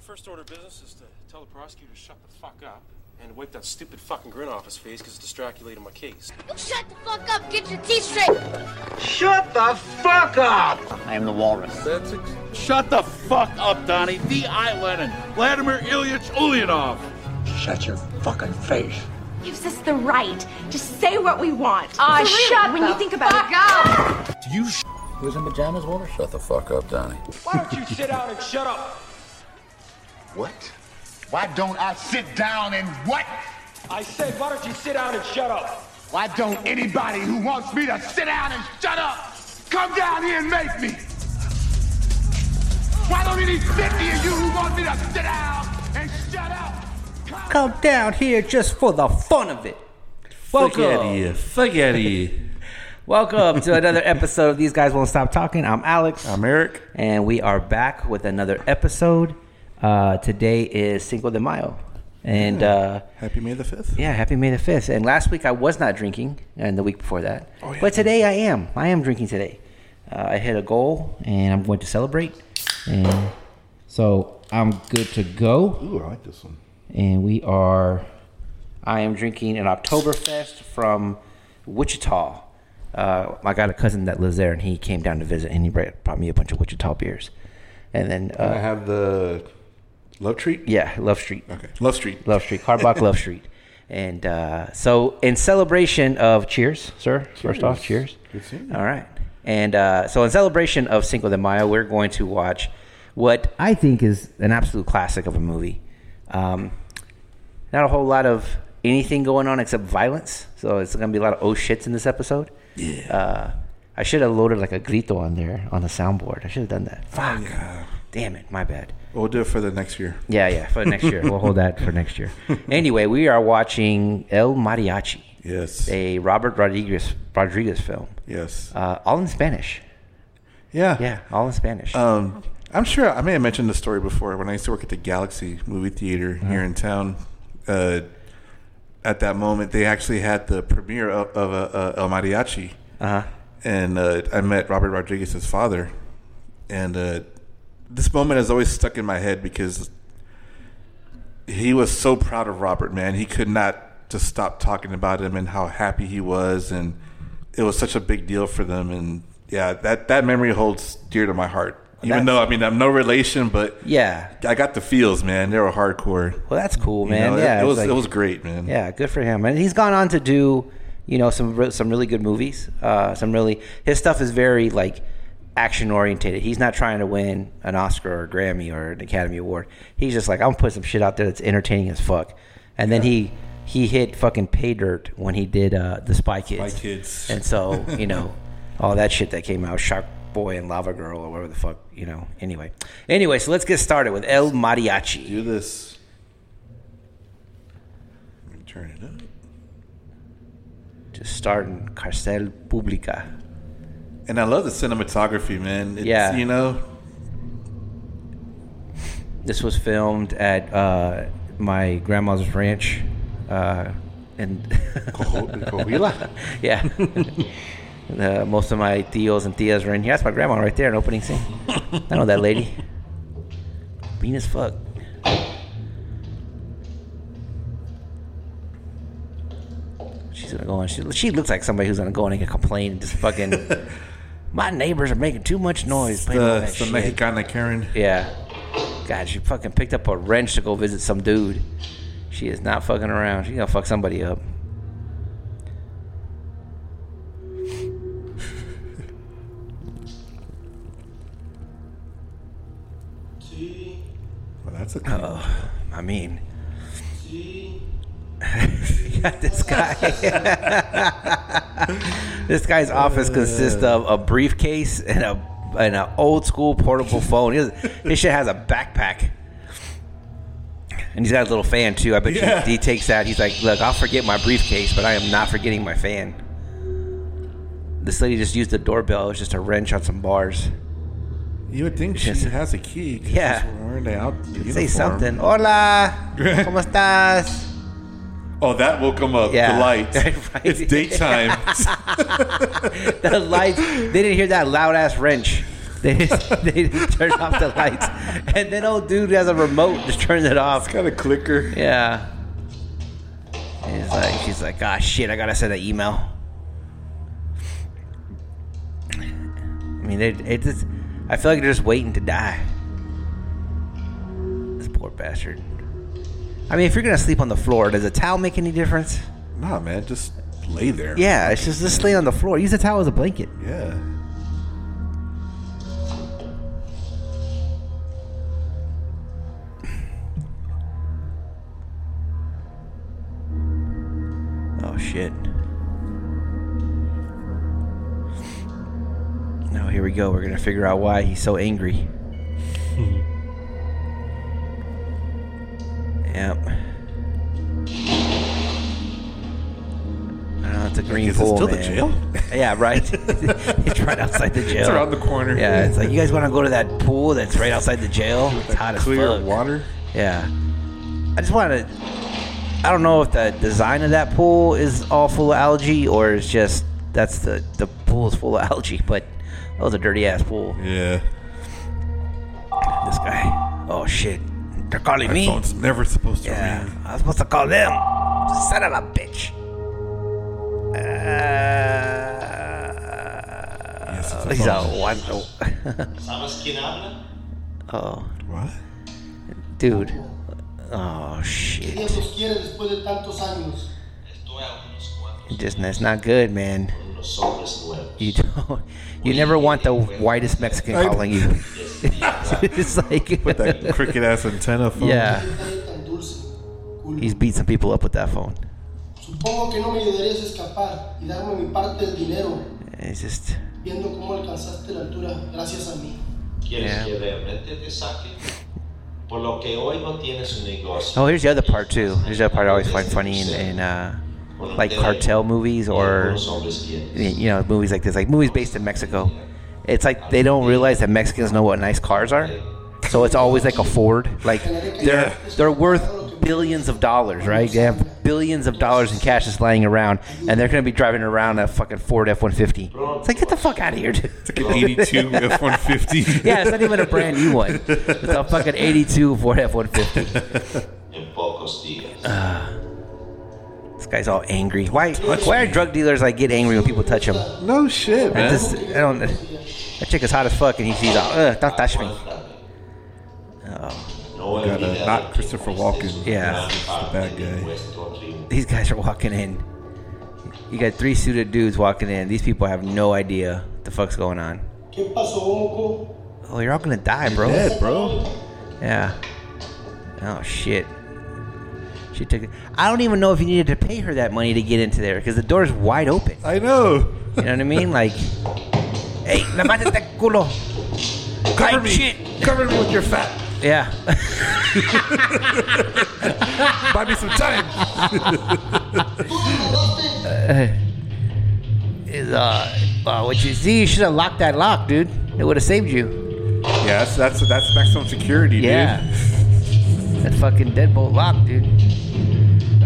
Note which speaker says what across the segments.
Speaker 1: first order of business is to tell the prosecutor to shut the fuck up and to wipe that stupid fucking grin off his face because it's distracting my case.
Speaker 2: You shut the fuck up. Get your teeth straight.
Speaker 3: Shut the fuck up!
Speaker 4: I am the walrus.
Speaker 5: That's ex-
Speaker 6: Shut the fuck up, Donnie. D.I. Lenin. Vladimir Ilyich Ulyanov.
Speaker 3: Shut your fucking face.
Speaker 7: gives us the right to say what we want.
Speaker 2: Ah,
Speaker 7: For real,
Speaker 2: shut
Speaker 7: when
Speaker 2: the
Speaker 7: you think about
Speaker 2: fuck
Speaker 7: it. Up.
Speaker 4: Who's in pajamas, Walrus?
Speaker 5: Shut the fuck up, Donnie.
Speaker 8: Why don't you sit down and shut up?
Speaker 3: What? Why don't I sit down and what?
Speaker 8: I said, why don't you sit down and shut up?
Speaker 3: Why don't anybody who wants me to sit down and shut up come down here and make me? Why don't any 50 of you who want me to sit down and shut up? come
Speaker 9: Come down here just for the fun of it. Welcome.
Speaker 10: Fuck out of here. Fuck out of here.
Speaker 9: Welcome to another episode of These Guys Won't Stop Talking. I'm Alex.
Speaker 10: I'm Eric.
Speaker 9: and we are back with another episode. Uh, today is Cinco de Mayo. And uh,
Speaker 10: Hmm. Happy May the 5th.
Speaker 9: yeah, happy May the 5th. And last week I was not drinking, and the week before that.
Speaker 10: Oh, yeah.
Speaker 9: But today I am. I am drinking today. Uh, I hit a goal, and I'm going to celebrate. And so I'm good to go.
Speaker 10: Ooh, I like this one.
Speaker 9: and we are i am drinking an oktoberfest from wichita uh, i got a cousin that lives there and he came down to visit and he brought brought me a bunch of wichita beers and then
Speaker 10: I
Speaker 9: uh,
Speaker 10: have the Love Treat?
Speaker 9: yeah love street
Speaker 10: Okay. Love Street.
Speaker 9: love street cardbox love street and uh, so in celebration of cheers sir first off cheers
Speaker 10: Cheers. Good seeing you.
Speaker 9: all right and uh, so in celebration of cinco de mayo we're going to watch what i think is an absolute classic of a movie um, not a whole lot of anything going on except violence. So it's gonna be a lot of oh shits in this episode. Yeah. Uh, I should have loaded like a grito on there on the soundboard. I should have done that. Fuck. Damn it. My bad.
Speaker 10: Oh, We'll do it for the next year.
Speaker 9: Yeah, yeah. For next year, we'll hold that for next year. Anyway, we are watching El Mariachi,
Speaker 10: Yes.
Speaker 9: a Robert Rodriguez Rodriguez film,
Speaker 10: Yes.
Speaker 9: uh, all in Spanish.
Speaker 10: yeah.
Speaker 9: Yeah, all in Spanish.
Speaker 10: Um, I'm sure I may have mentioned the story before. When I used to work at the Galaxy movie theater
Speaker 9: Uh-huh.
Speaker 10: here in town, uh, at that moment they actually had the premiere of, of uh, uh, El Mariachi,
Speaker 9: Uh-huh.
Speaker 10: and uh, I met Robert Rodriguez's father, and uh, this moment has always stuck in my head because he was so proud of Robert. Man, he could not just stop talking about him and how happy he was, and it was such a big deal for them. And yeah, that that memory holds dear to my heart. Even
Speaker 9: That's-
Speaker 10: though I mean I'm no relation, but
Speaker 9: yeah.
Speaker 10: I got the feels, man. They were hardcore.
Speaker 9: Well, that's cool,
Speaker 10: You
Speaker 9: man.
Speaker 10: know, it-
Speaker 9: yeah,
Speaker 10: it, was
Speaker 9: like-
Speaker 10: it was great, man.
Speaker 9: Yeah, good for him. And he's gone on to do, you know, some re- some really good movies. Uh, some really his stuff is very like action oriented. He's not trying to win an Oscar or a Grammy or an Academy Award. He's just like, I'm gonna put some shit out there that's entertaining as fuck. And then he he hit fucking pay dirt when he did uh, the Spy Kids.
Speaker 10: Spy Kids.
Speaker 9: And so you know, all that shit that came out, Shark Boy and Lava Girl or whatever the fuck, you know. Anyway, anyway, so let's get started with El Mariachi.
Speaker 10: Do this. Let me turn it up.
Speaker 9: Just starting Carcel Pública.
Speaker 10: And I love the cinematography, man. It's,
Speaker 9: Yeah.
Speaker 10: You know,
Speaker 9: This was filmed at uh, my grandma's ranch, uh, and
Speaker 10: Coahuila.
Speaker 9: yeah, uh, most of my tios and tias were in here. That's my grandma right there in opening scene. I know that lady. Mean as fuck. She's gonna go and she, she looks like somebody who's gonna go in and complain and just fucking. my neighbors are making too much noise. playing all
Speaker 10: the,
Speaker 9: that
Speaker 10: the
Speaker 9: shit."
Speaker 10: Mexicana Karen.
Speaker 9: Yeah. God, she fucking picked up a wrench to go visit some dude. She is not fucking around. She gonna fuck somebody up.
Speaker 10: Well, that's a thing.
Speaker 9: I mean, got this guy. this guy's office consists of a briefcase and a and an old school portable phone. He has- His shit has a backpack, and he's got a little fan too. I bet you
Speaker 10: Yeah.
Speaker 9: he takes that. He's like, "Look, I'll forget my briefcase, but I am not forgetting my fan." This lady just used the doorbell. It was just a wrench on some bars.
Speaker 10: You would think she
Speaker 9: Yes.
Speaker 10: has a key. 'cause
Speaker 9: Yeah.
Speaker 10: she's wearing it out the
Speaker 9: Say
Speaker 10: uniform.
Speaker 9: something. Hola, cómo estás?
Speaker 10: Oh, that woke him up.
Speaker 9: Yeah.
Speaker 10: The lights.
Speaker 9: Right.
Speaker 10: It's daytime.
Speaker 9: the lights. They didn't hear that loud ass wrench. They just, they just turn off the lights, and then old dude has a remote to turn it off.
Speaker 10: Got a clicker.
Speaker 9: Yeah. And he's like, she's like, ah, shit, I gotta send an email. I mean, they, it just, I feel like they're just waiting to die. This poor bastard. I mean, if you're gonna sleep on the floor, does a towel make any difference?
Speaker 10: Nah, man, just lay there.
Speaker 9: Yeah, it's just just lay on the floor. Use a towel as a blanket.
Speaker 10: Yeah.
Speaker 9: Oh shit. Now here we go. We're gonna figure out why he's so angry. yep. Oh, it's a green
Speaker 10: Is it
Speaker 9: pool,
Speaker 10: still the
Speaker 9: man.
Speaker 10: jail?
Speaker 9: Yeah, right. it's right outside the jail.
Speaker 10: It's around the corner.
Speaker 9: Yeah, it's like you guys want to go to that pool that's right outside the jail. It's hot as
Speaker 10: Clear
Speaker 9: fuck.
Speaker 10: water.
Speaker 9: Yeah. I just want to. I don't know if the design of that pool is all full of algae or it's just that's the the pool is full of algae. But that was a dirty ass pool.
Speaker 10: Yeah.
Speaker 9: This guy. Oh shit! They're calling
Speaker 10: My
Speaker 9: me.
Speaker 10: phone's never supposed to
Speaker 9: Yeah,
Speaker 10: ring.
Speaker 9: I was supposed to call them. Son of a bitch. Uh,
Speaker 10: Yes, it's a
Speaker 9: he's a
Speaker 10: phone.
Speaker 9: one. uh, oh,
Speaker 10: What?
Speaker 9: dude. Oh shit. Just that's not good, man. You don't. You never want the whitest Mexican
Speaker 10: I-
Speaker 9: calling you. it's like
Speaker 10: With that cricket ass antenna phone.
Speaker 9: yeah. He's beat some people up with that phone.
Speaker 5: Supongo que no me ayudarías a escapar y darme mi parte del dinero,
Speaker 9: And It's just
Speaker 5: viendo cómo alcanzaste la altura gracias a mí.
Speaker 9: yeah.
Speaker 11: realmente te saque. Por lo que hoy no tienes un negocio.
Speaker 9: Oh, here's the other part too. Here's the other part I always find funny in, in uh, like cartel movies or
Speaker 11: Algunos hombres tienen.
Speaker 9: you know movies like this, like movies based in Mexico. It's like they don't realize that Mexicans know what nice cars are, so it's always like a Ford. Like they're they're worth billions of dollars, right? They have billions of dollars in cash just laying around, and they're gonna be driving around a fucking Ford F one fifty. It's like get the fuck out of here, dude.
Speaker 10: It's like an 82 F 150.
Speaker 9: Yeah, it's not even a brand new one. It's a fucking eighty two Ford F one fifty.
Speaker 11: En pocos días.
Speaker 9: Ah. This guy's all angry. Why? Why are drug dealers like get angry when people touch them?
Speaker 10: No shit,
Speaker 9: I
Speaker 10: man.
Speaker 9: just, I don't. That chick is hot as fuck, and he sees, Ugh, don't touch me. Oh,
Speaker 11: No he
Speaker 10: Got
Speaker 11: olvidado
Speaker 10: a not Christopher Walken.
Speaker 9: yeah.
Speaker 10: The bad guy.
Speaker 11: nuestro triunfo.
Speaker 9: These guys are walking in. You got three suited dudes walking in. These people have no idea what the fuck's going on.
Speaker 5: ¿Qué pasó, Moco?
Speaker 9: Oh, you're all gonna die, bro.
Speaker 10: Dead, bro.
Speaker 9: Yeah. Oh shit. She took it. I don't even know if you needed to pay her that money to get into there because the door's wide open.
Speaker 10: I know.
Speaker 9: You know what I mean? Like, hey, levantate culo.
Speaker 10: Cover
Speaker 9: Ay,
Speaker 10: me.
Speaker 9: shit.
Speaker 10: Cover me with your fat.
Speaker 9: Yeah.
Speaker 10: Buy me some time.
Speaker 9: is uh, uh what you see you should have locked that lock dude it would have saved you
Speaker 10: yeah, that's that's that's maximum security,
Speaker 9: yeah that fucking deadbolt lock dude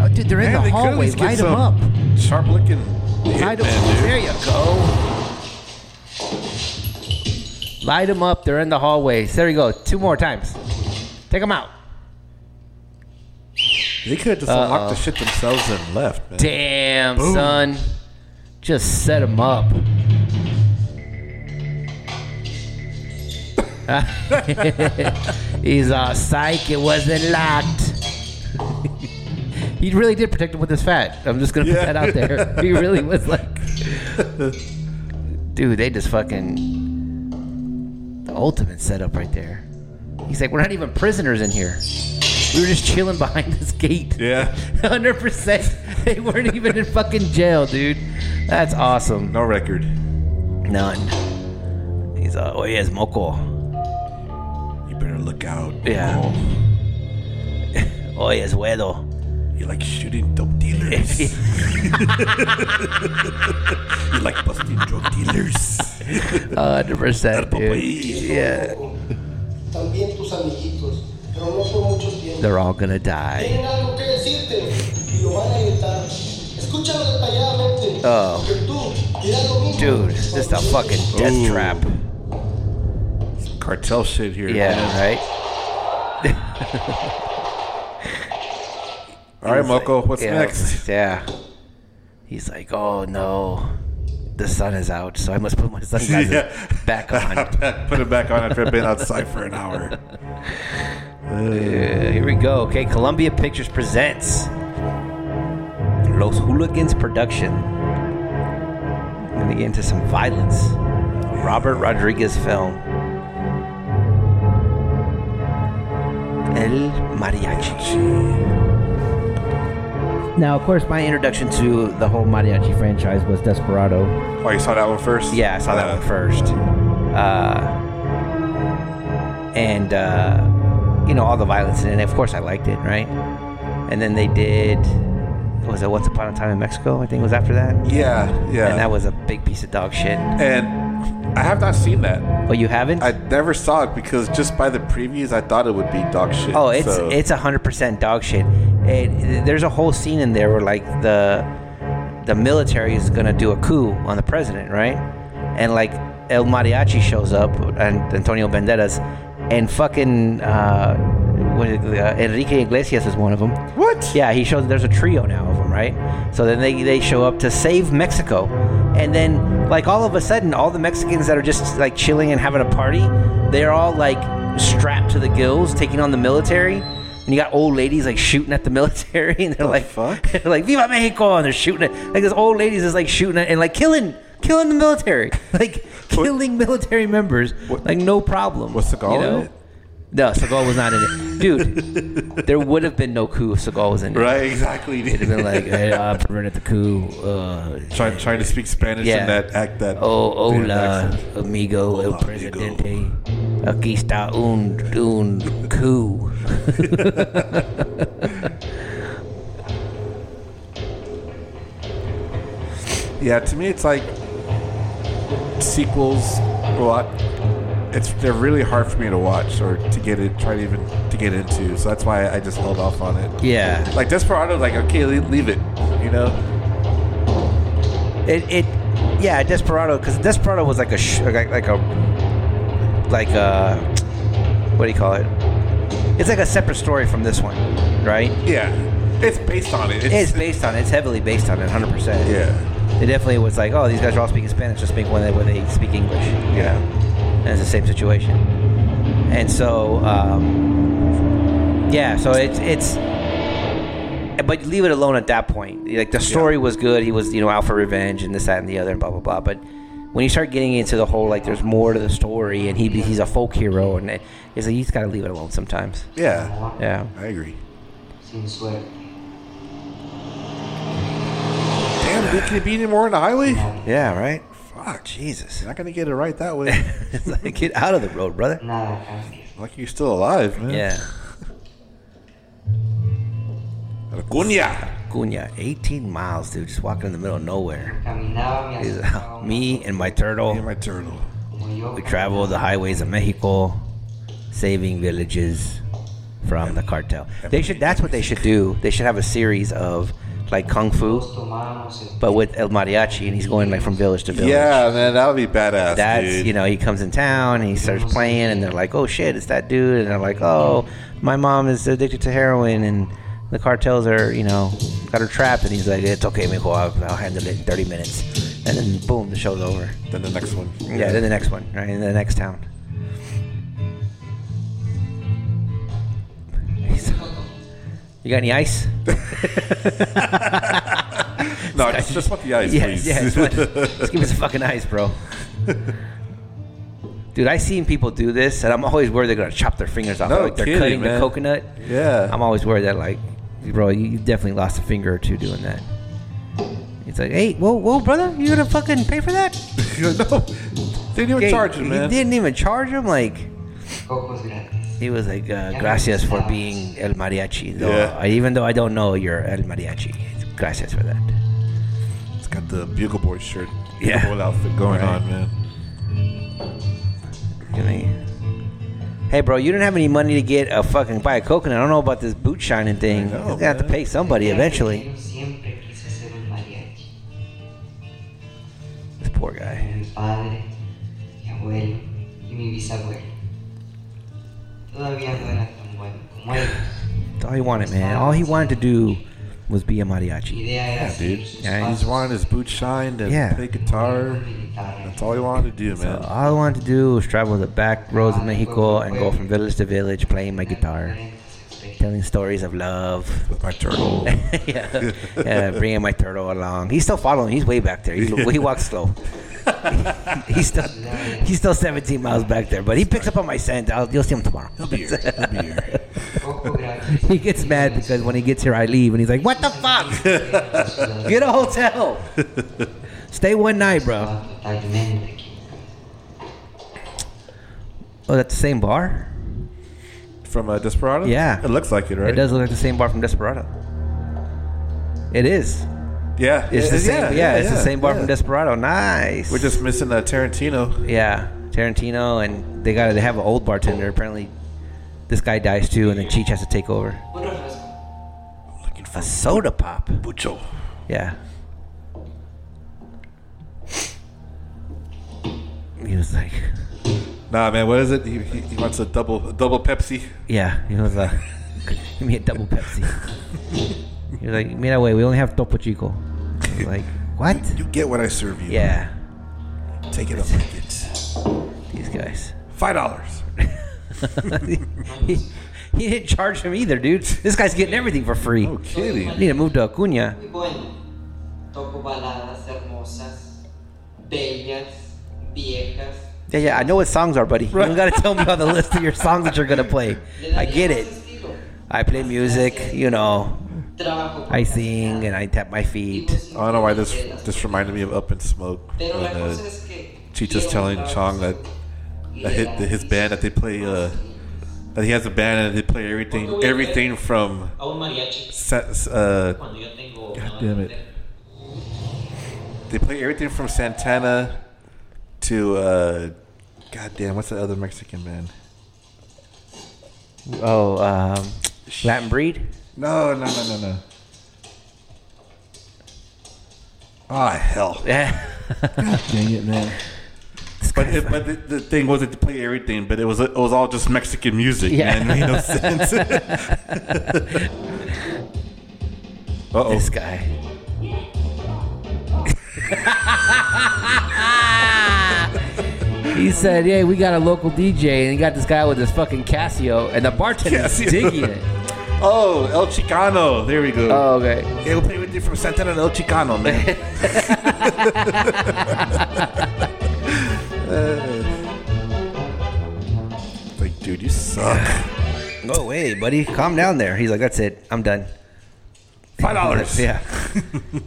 Speaker 9: oh dude they're
Speaker 10: dude.
Speaker 9: in the
Speaker 10: Man, they could at
Speaker 9: hallway
Speaker 10: least get
Speaker 9: light them
Speaker 10: some
Speaker 9: up
Speaker 10: Sharp looking.
Speaker 9: light them
Speaker 10: hitman,
Speaker 9: there you go light them up they're in the hallways there you go two more times take them out
Speaker 10: dude. They could have just unlocked the shit themselves and left, man.
Speaker 9: damn
Speaker 10: Boom.
Speaker 9: son just set them up He's all psych. It wasn't locked. he really did protect him with his fat. I'm just gonna put
Speaker 10: Yeah.
Speaker 9: that out there. He really was like, dude, they just fucking the ultimate setup right there. He's like, we're not even prisoners in here. We were just chilling behind this gate.
Speaker 10: Yeah.
Speaker 9: Hundred percent. They weren't even in fucking jail, dude. That's awesome.
Speaker 10: No record.
Speaker 9: None. He's like, oh yes, moco.
Speaker 10: You better look out.
Speaker 9: Yeah.
Speaker 10: Oh,
Speaker 9: Oh yes, wedo.
Speaker 10: you like shooting dope dealers. you like busting drug dealers.
Speaker 9: Hundred percent, dude.
Speaker 10: Boy.
Speaker 9: Yeah.
Speaker 5: También tus amiguitos, pero no por mucho tiempo.
Speaker 9: They're all gonna die.
Speaker 5: Tienen algo que decirte y lo van a evitar. Escúchalo detalladamente,
Speaker 9: Oh.
Speaker 5: porque tú dirás lo mismo.
Speaker 9: Dude, this is a fucking death
Speaker 10: Ooh.
Speaker 9: trap.
Speaker 10: cartel shit here.
Speaker 9: Yeah,
Speaker 10: man.
Speaker 9: right.
Speaker 10: All right, Moko, what's
Speaker 9: Yeah,
Speaker 10: next?
Speaker 9: Yeah. He's like, oh no, the sun is out, so I must put my sunglasses back on.
Speaker 10: Put it back on after I've been outside for an hour.
Speaker 9: Uh, here we go. Okay, Columbia Pictures presents Los Hooligans production. I'm gonna get into some violence. Robert Rodriguez film. El Mariachi. Now, of course, my introduction to the whole mariachi franchise was Desperado.
Speaker 10: Oh, you saw that one first?
Speaker 9: Yeah, I saw that
Speaker 10: Uh,
Speaker 9: one first. Uh, and, uh, you know, all the violence in it. Of course, I liked it, right? And then they did, was it Once Upon a Time in Mexico? I think it was after that.
Speaker 10: Yeah, yeah.
Speaker 9: And that was a big piece of dog shit.
Speaker 10: And I have not seen that.
Speaker 9: But you haven't?
Speaker 10: I never saw it because just by the previews, I thought it would be dog shit.
Speaker 9: Oh, it's
Speaker 10: so-
Speaker 9: it's hundred percent dog shit. It, there's a whole scene in there where like the the military is gonna do a coup on the president, right? And like El Mariachi shows up and Antonio Banderas and fucking uh, what is it, uh, Enrique Iglesias is one of them.
Speaker 10: What?
Speaker 9: Yeah, he shows there's a trio now of them, right? So then they they show up to save Mexico, and then like all of a sudden, all the Mexicans that are just like chilling and having a party, they're all like strapped to the gills, taking on the military. And you got old ladies like shooting at the military, and they're like,
Speaker 10: fuck?
Speaker 9: they're like Viva Mexico, and they're shooting at like this old ladies is like shooting at, and like killing, killing the military, like killing military members, like no problem.
Speaker 10: What's the call in it?
Speaker 9: No, Seagal was not in it, dude. there would have been no coup if Seagal was in it.
Speaker 10: Right, exactly.
Speaker 9: It'd have been like, hey, I prevented the coup. Uh,
Speaker 10: trying trying to speak Spanish
Speaker 9: Yeah.
Speaker 10: in that act that
Speaker 9: oh,
Speaker 10: damn
Speaker 9: hola,
Speaker 10: accent.
Speaker 9: amigo, el presidente. Aquí está un, un coup.
Speaker 10: Yeah, to me it's like sequels a lot. It's they're really hard for me to watch or to get it try to even to get into. So that's why I just held off on it.
Speaker 9: Yeah.
Speaker 10: Like Desperado, like okay, leave, leave it. You know,
Speaker 9: It, it yeah, Desperado, because Desperado was like a, sh- like, like a, like a, what do you call it? It's like a separate story from this one, right?
Speaker 10: yeah, it's based on it.
Speaker 9: It's based on, it's heavily based on it, 100%.
Speaker 10: yeah,
Speaker 9: It definitely was like, oh, these guys are all speaking Spanish. Let's make one that where they speak English. You know, and it's the same situation. And so, um, yeah, so it's it's. But leave it alone at that point. Like the story was good. He was, you know, out for revenge and this, that, and the other, and blah, blah, blah. But when you start getting into the whole, like, there's more to the story, and he he's a folk hero, and it, it's like you just gotta leave it alone sometimes.
Speaker 10: yeah.
Speaker 9: Yeah.
Speaker 10: I agree.
Speaker 5: Sin suerte.
Speaker 10: Damn, dude, can you be any more on the highway? You're
Speaker 9: Yeah. Right. Fuck. Jesus.
Speaker 10: not gonna get it right that way.
Speaker 9: It's like, get out of the road, brother.
Speaker 5: Nada cambia.
Speaker 10: Lucky you're still alive, man.
Speaker 9: Yeah.
Speaker 10: Racuña.
Speaker 9: Cunha, 18 miles, dude, just walking in the middle of nowhere.
Speaker 5: Caminaba, me
Speaker 9: He's,
Speaker 5: acercaba
Speaker 9: uh,
Speaker 5: un
Speaker 9: me and my
Speaker 10: You're
Speaker 9: turtle,
Speaker 10: my turtle.
Speaker 5: poco como yo.
Speaker 9: we travel the highways of Mexico, saving villages from the cartel. They should. That's what they should do. They should have a series of like kung fu,
Speaker 5: Todos tomábamos el
Speaker 9: but with El Mariachi, and he's going like from village to village.
Speaker 10: Yeah, man, that would be badass.
Speaker 9: That's
Speaker 10: dude.
Speaker 9: you know he comes in town and he starts playing and they're like oh shit it's that dude and they're like oh my mom is addicted to heroin and the cartels are you know got her trapped and he's like it's okay mijo I'll, I'll handle it in 30 minutes and then boom the show's over
Speaker 10: Then the next one.
Speaker 9: yeah then the next one right in the next town He's- you got any ice
Speaker 10: No, just, just want the ice,
Speaker 9: Yes,
Speaker 10: please.
Speaker 9: yes. what- Just give us a fucking ice, bro. Dude, i seen people do this, and I'm always worried they're gonna chop their fingers off.
Speaker 10: No
Speaker 9: like they're
Speaker 10: kidding,
Speaker 9: cutting the
Speaker 10: man.
Speaker 9: coconut.
Speaker 10: Yeah.
Speaker 9: I'm always worried that, like, bro, you, you definitely lost a finger or two doing that. It's like, hey, whoa, whoa, brother, you gonna fucking pay for that?
Speaker 10: no, they didn't even
Speaker 9: Hey,
Speaker 10: charge him,
Speaker 9: he
Speaker 10: man.
Speaker 9: didn't even charge him. Like,
Speaker 5: cocos gratis.
Speaker 9: he was like, uh, gracias for being el mariachi. Though,
Speaker 10: Yeah.
Speaker 9: I- even though I don't know you're el mariachi, gracias for that.
Speaker 10: It's got the bugle boy shirt,
Speaker 9: Yeah.
Speaker 10: bugle boy outfit going
Speaker 9: Right.
Speaker 10: on, man.
Speaker 9: Give me- Hey, bro, you didn't have any money to get a fucking buy a coconut. I don't know about this boot shining thing.
Speaker 10: I know,
Speaker 9: You're gonna have to
Speaker 10: man.
Speaker 9: pay somebody
Speaker 5: Desde
Speaker 9: eventually.
Speaker 5: pequeño Siempre quise ser un mariachi.
Speaker 9: This poor guy.
Speaker 5: Mi padre, mi abuelo y mi bisabuelo.
Speaker 9: That's all he wanted, man. All he wanted to do was be a mariachi.
Speaker 10: Yeah, dude.
Speaker 9: Yeah,
Speaker 10: he just wanted his boots shined and
Speaker 9: Yeah.
Speaker 10: play guitar. That's all he wanted to do,
Speaker 9: So
Speaker 10: man.
Speaker 9: all I wanted to do was travel the back roads of Mexico and go from village to village playing my guitar, telling stories of love.
Speaker 10: With my turtle.
Speaker 9: yeah. yeah, bringing my turtle along. He's still following. He's way back there. He's, He walks slow. he's still he's still 17 miles back there, but he picks up on my scent. I'll, you'll see him tomorrow. He'll be here. He'll be here. he gets mad because when he gets here, I leave, and he's like, "What the fuck? Get a hotel. Stay one night, bro." Oh, that's the same bar.
Speaker 10: From uh, Desperado?
Speaker 9: Yeah.
Speaker 10: It looks like it, right?
Speaker 9: It does look like the same bar from Desperado. It is.
Speaker 10: Yeah.
Speaker 9: It's
Speaker 10: yeah,
Speaker 9: the same. Yeah, it's the
Speaker 10: yeah,
Speaker 9: same bar
Speaker 10: yeah.
Speaker 9: from Desperado. Nice.
Speaker 10: We're just missing uh, Tarantino.
Speaker 9: Yeah, Tarantino, and they got they have an old bartender. Apparently, this guy dies too, and then Cheech has to take over.
Speaker 10: Looking for
Speaker 9: A soda pop.
Speaker 10: Bucho.
Speaker 9: Yeah. He was like,
Speaker 10: Nah, man, what is it? He, he, he wants a double a double Pepsi.
Speaker 9: yeah. He was like, give me a double Pepsi. he was like, mira, way. We only have Topo Chico. I was like, what?
Speaker 10: You get what I serve you.
Speaker 9: Yeah,
Speaker 10: Take it up like it.
Speaker 9: these guys.
Speaker 10: Five dollars.
Speaker 9: he, he didn't charge him either, dude. This guy's getting everything for free.
Speaker 10: No kidding.
Speaker 9: I need to move to Acuna.
Speaker 12: Muy bueno. Toco baladas hermosas, bellas, viejas.
Speaker 9: Yeah, yeah, I know what songs are, buddy. You don't gotta tell me all the list of your songs that you're gonna play.
Speaker 12: Le
Speaker 9: I
Speaker 12: daría
Speaker 9: get
Speaker 12: más
Speaker 9: it.
Speaker 12: estilo.
Speaker 9: I play music, you know.
Speaker 12: Trabajo con
Speaker 9: I sing and I tap my feet.
Speaker 10: I don't know why this this reminded me of Up in Smoke. When,
Speaker 12: Pero la
Speaker 10: uh,
Speaker 12: cosa es que
Speaker 10: Cheetah's telling Chong that, that hit, that his band that they play uh, that he has a band and they play everything everything from
Speaker 12: a un mariachi
Speaker 10: sa- s- uh,
Speaker 12: cuando yo tengo
Speaker 10: God damn it. they play everything from Santana to uh, God damn what's the other Mexican band?
Speaker 9: Oh, um, Latin breed.
Speaker 10: No no no no no. Ah hell.
Speaker 9: Yeah.
Speaker 10: Dang it, man. But, it, but the, the thing was that they play everything, but it was it was all just Mexican music,
Speaker 9: Yeah.
Speaker 10: man. It made no sense. Uh oh.
Speaker 9: This guy. he said, "Hey, we got a local DJ, and he got this guy with his fucking Casio, and the bartender's
Speaker 10: Casio.
Speaker 9: digging it."
Speaker 10: Oh, El Chicano. There we go.
Speaker 9: Oh, okay.
Speaker 10: yeah, we'll play with you from Santana El Chicano, man. Uh, like, dude, you suck.
Speaker 9: No way, Oh, buddy. Calm down there. He's like, "That's it. I'm done."
Speaker 10: Five dollars.
Speaker 9: Yeah.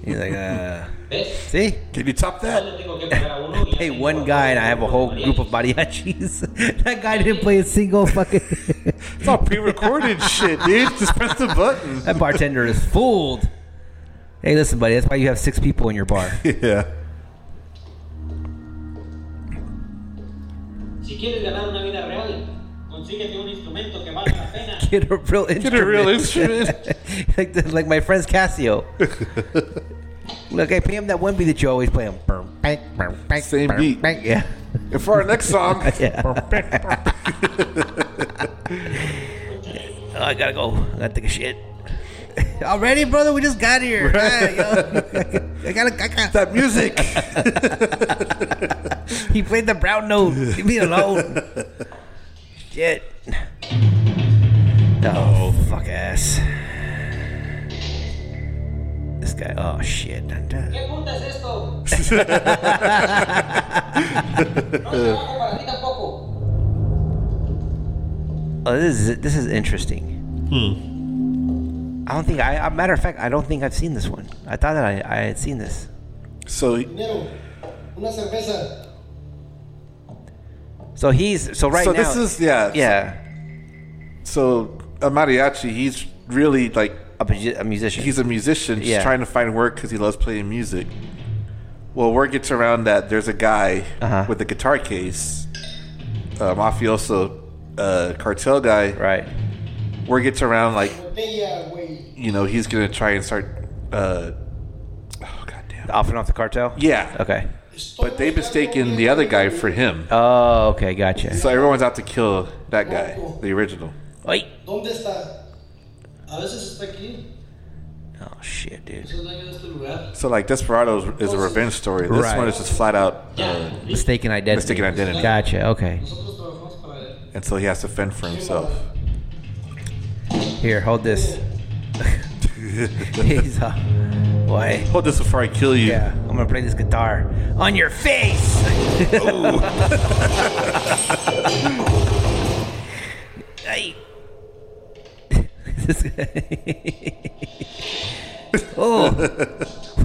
Speaker 9: He's like, uh,
Speaker 12: ¿Ves?
Speaker 9: see?
Speaker 10: Can you top
Speaker 12: Le
Speaker 10: that?
Speaker 12: tengo que pagar a uno y
Speaker 9: Hey,
Speaker 12: a-
Speaker 9: one guy and I have a whole group of mariachis. that guy didn't play a single fucking.
Speaker 10: It's all pre-recorded shit, dude. Just press the button.
Speaker 9: that bartender is fooled. Hey, listen, buddy. That's why you have six people in your bar.
Speaker 10: Yeah.
Speaker 12: Si quieres ganar una vida real, consíguete un instrumento que valga la pena.
Speaker 9: Get a real instrument.
Speaker 10: a real instrument.
Speaker 9: like, the, like my friend's Casio. Look, I pay him that one beat that you always play him.
Speaker 10: Same beat.
Speaker 9: Yeah.
Speaker 10: And for our next song,
Speaker 9: Yeah. Oh, I gotta go. I gotta take a shit. Already, brother? We just got here. Hey, yo. I gotta. I gotta
Speaker 10: that music.
Speaker 9: He played the brown note. Leave me alone. Shit. Oh, fuck ass. This guy. Oh, shit. Dun, dun.
Speaker 12: ¿Qué puta es esto? No trabajo para ti tampoco.
Speaker 9: Oh, this is this is interesting. Hmm. I don't think I. A matter of fact, I don't think I've seen this one. I thought that I, I had seen this.
Speaker 10: So
Speaker 5: Dinero, una cerveza.
Speaker 9: So he's so right
Speaker 10: So
Speaker 9: now.
Speaker 10: this is- yeah.
Speaker 9: yeah.
Speaker 10: so a mariachi, he's really like
Speaker 9: A, mu- a musician.
Speaker 10: he's a musician, just
Speaker 9: Yeah.
Speaker 10: trying to find work because he loves playing music. Well, word gets around that there's a guy
Speaker 9: Uh-huh.
Speaker 10: with a guitar case, a mafioso, uh, cartel guy.
Speaker 9: right.
Speaker 10: Word gets around like
Speaker 5: Botella, güey.
Speaker 10: you know he's gonna try and start. Uh, oh goddamn!
Speaker 9: Off and off the cartel.
Speaker 10: Yeah.
Speaker 9: Okay.
Speaker 10: But they mistaken the other guy for him.
Speaker 9: Oh, okay, gotcha.
Speaker 10: So everyone's out to kill that guy, the original.
Speaker 9: Wait.
Speaker 5: ¿Dónde está? A veces está aquí.
Speaker 9: Oh shit, dude.
Speaker 5: Es el dueño de este lugar.
Speaker 10: So like Desperado is a revenge story. This
Speaker 9: Right.
Speaker 10: one is just flat out uh,
Speaker 9: Mistaken identity.
Speaker 10: Mistaken identity.
Speaker 9: Gotcha. Okay.
Speaker 10: And so he has to fend for himself.
Speaker 9: Here, hold this. He's uh, boy.
Speaker 10: Hold this before I kill you.
Speaker 9: Yeah, I'm gonna play this guitar on your face. hey. This guy- oh,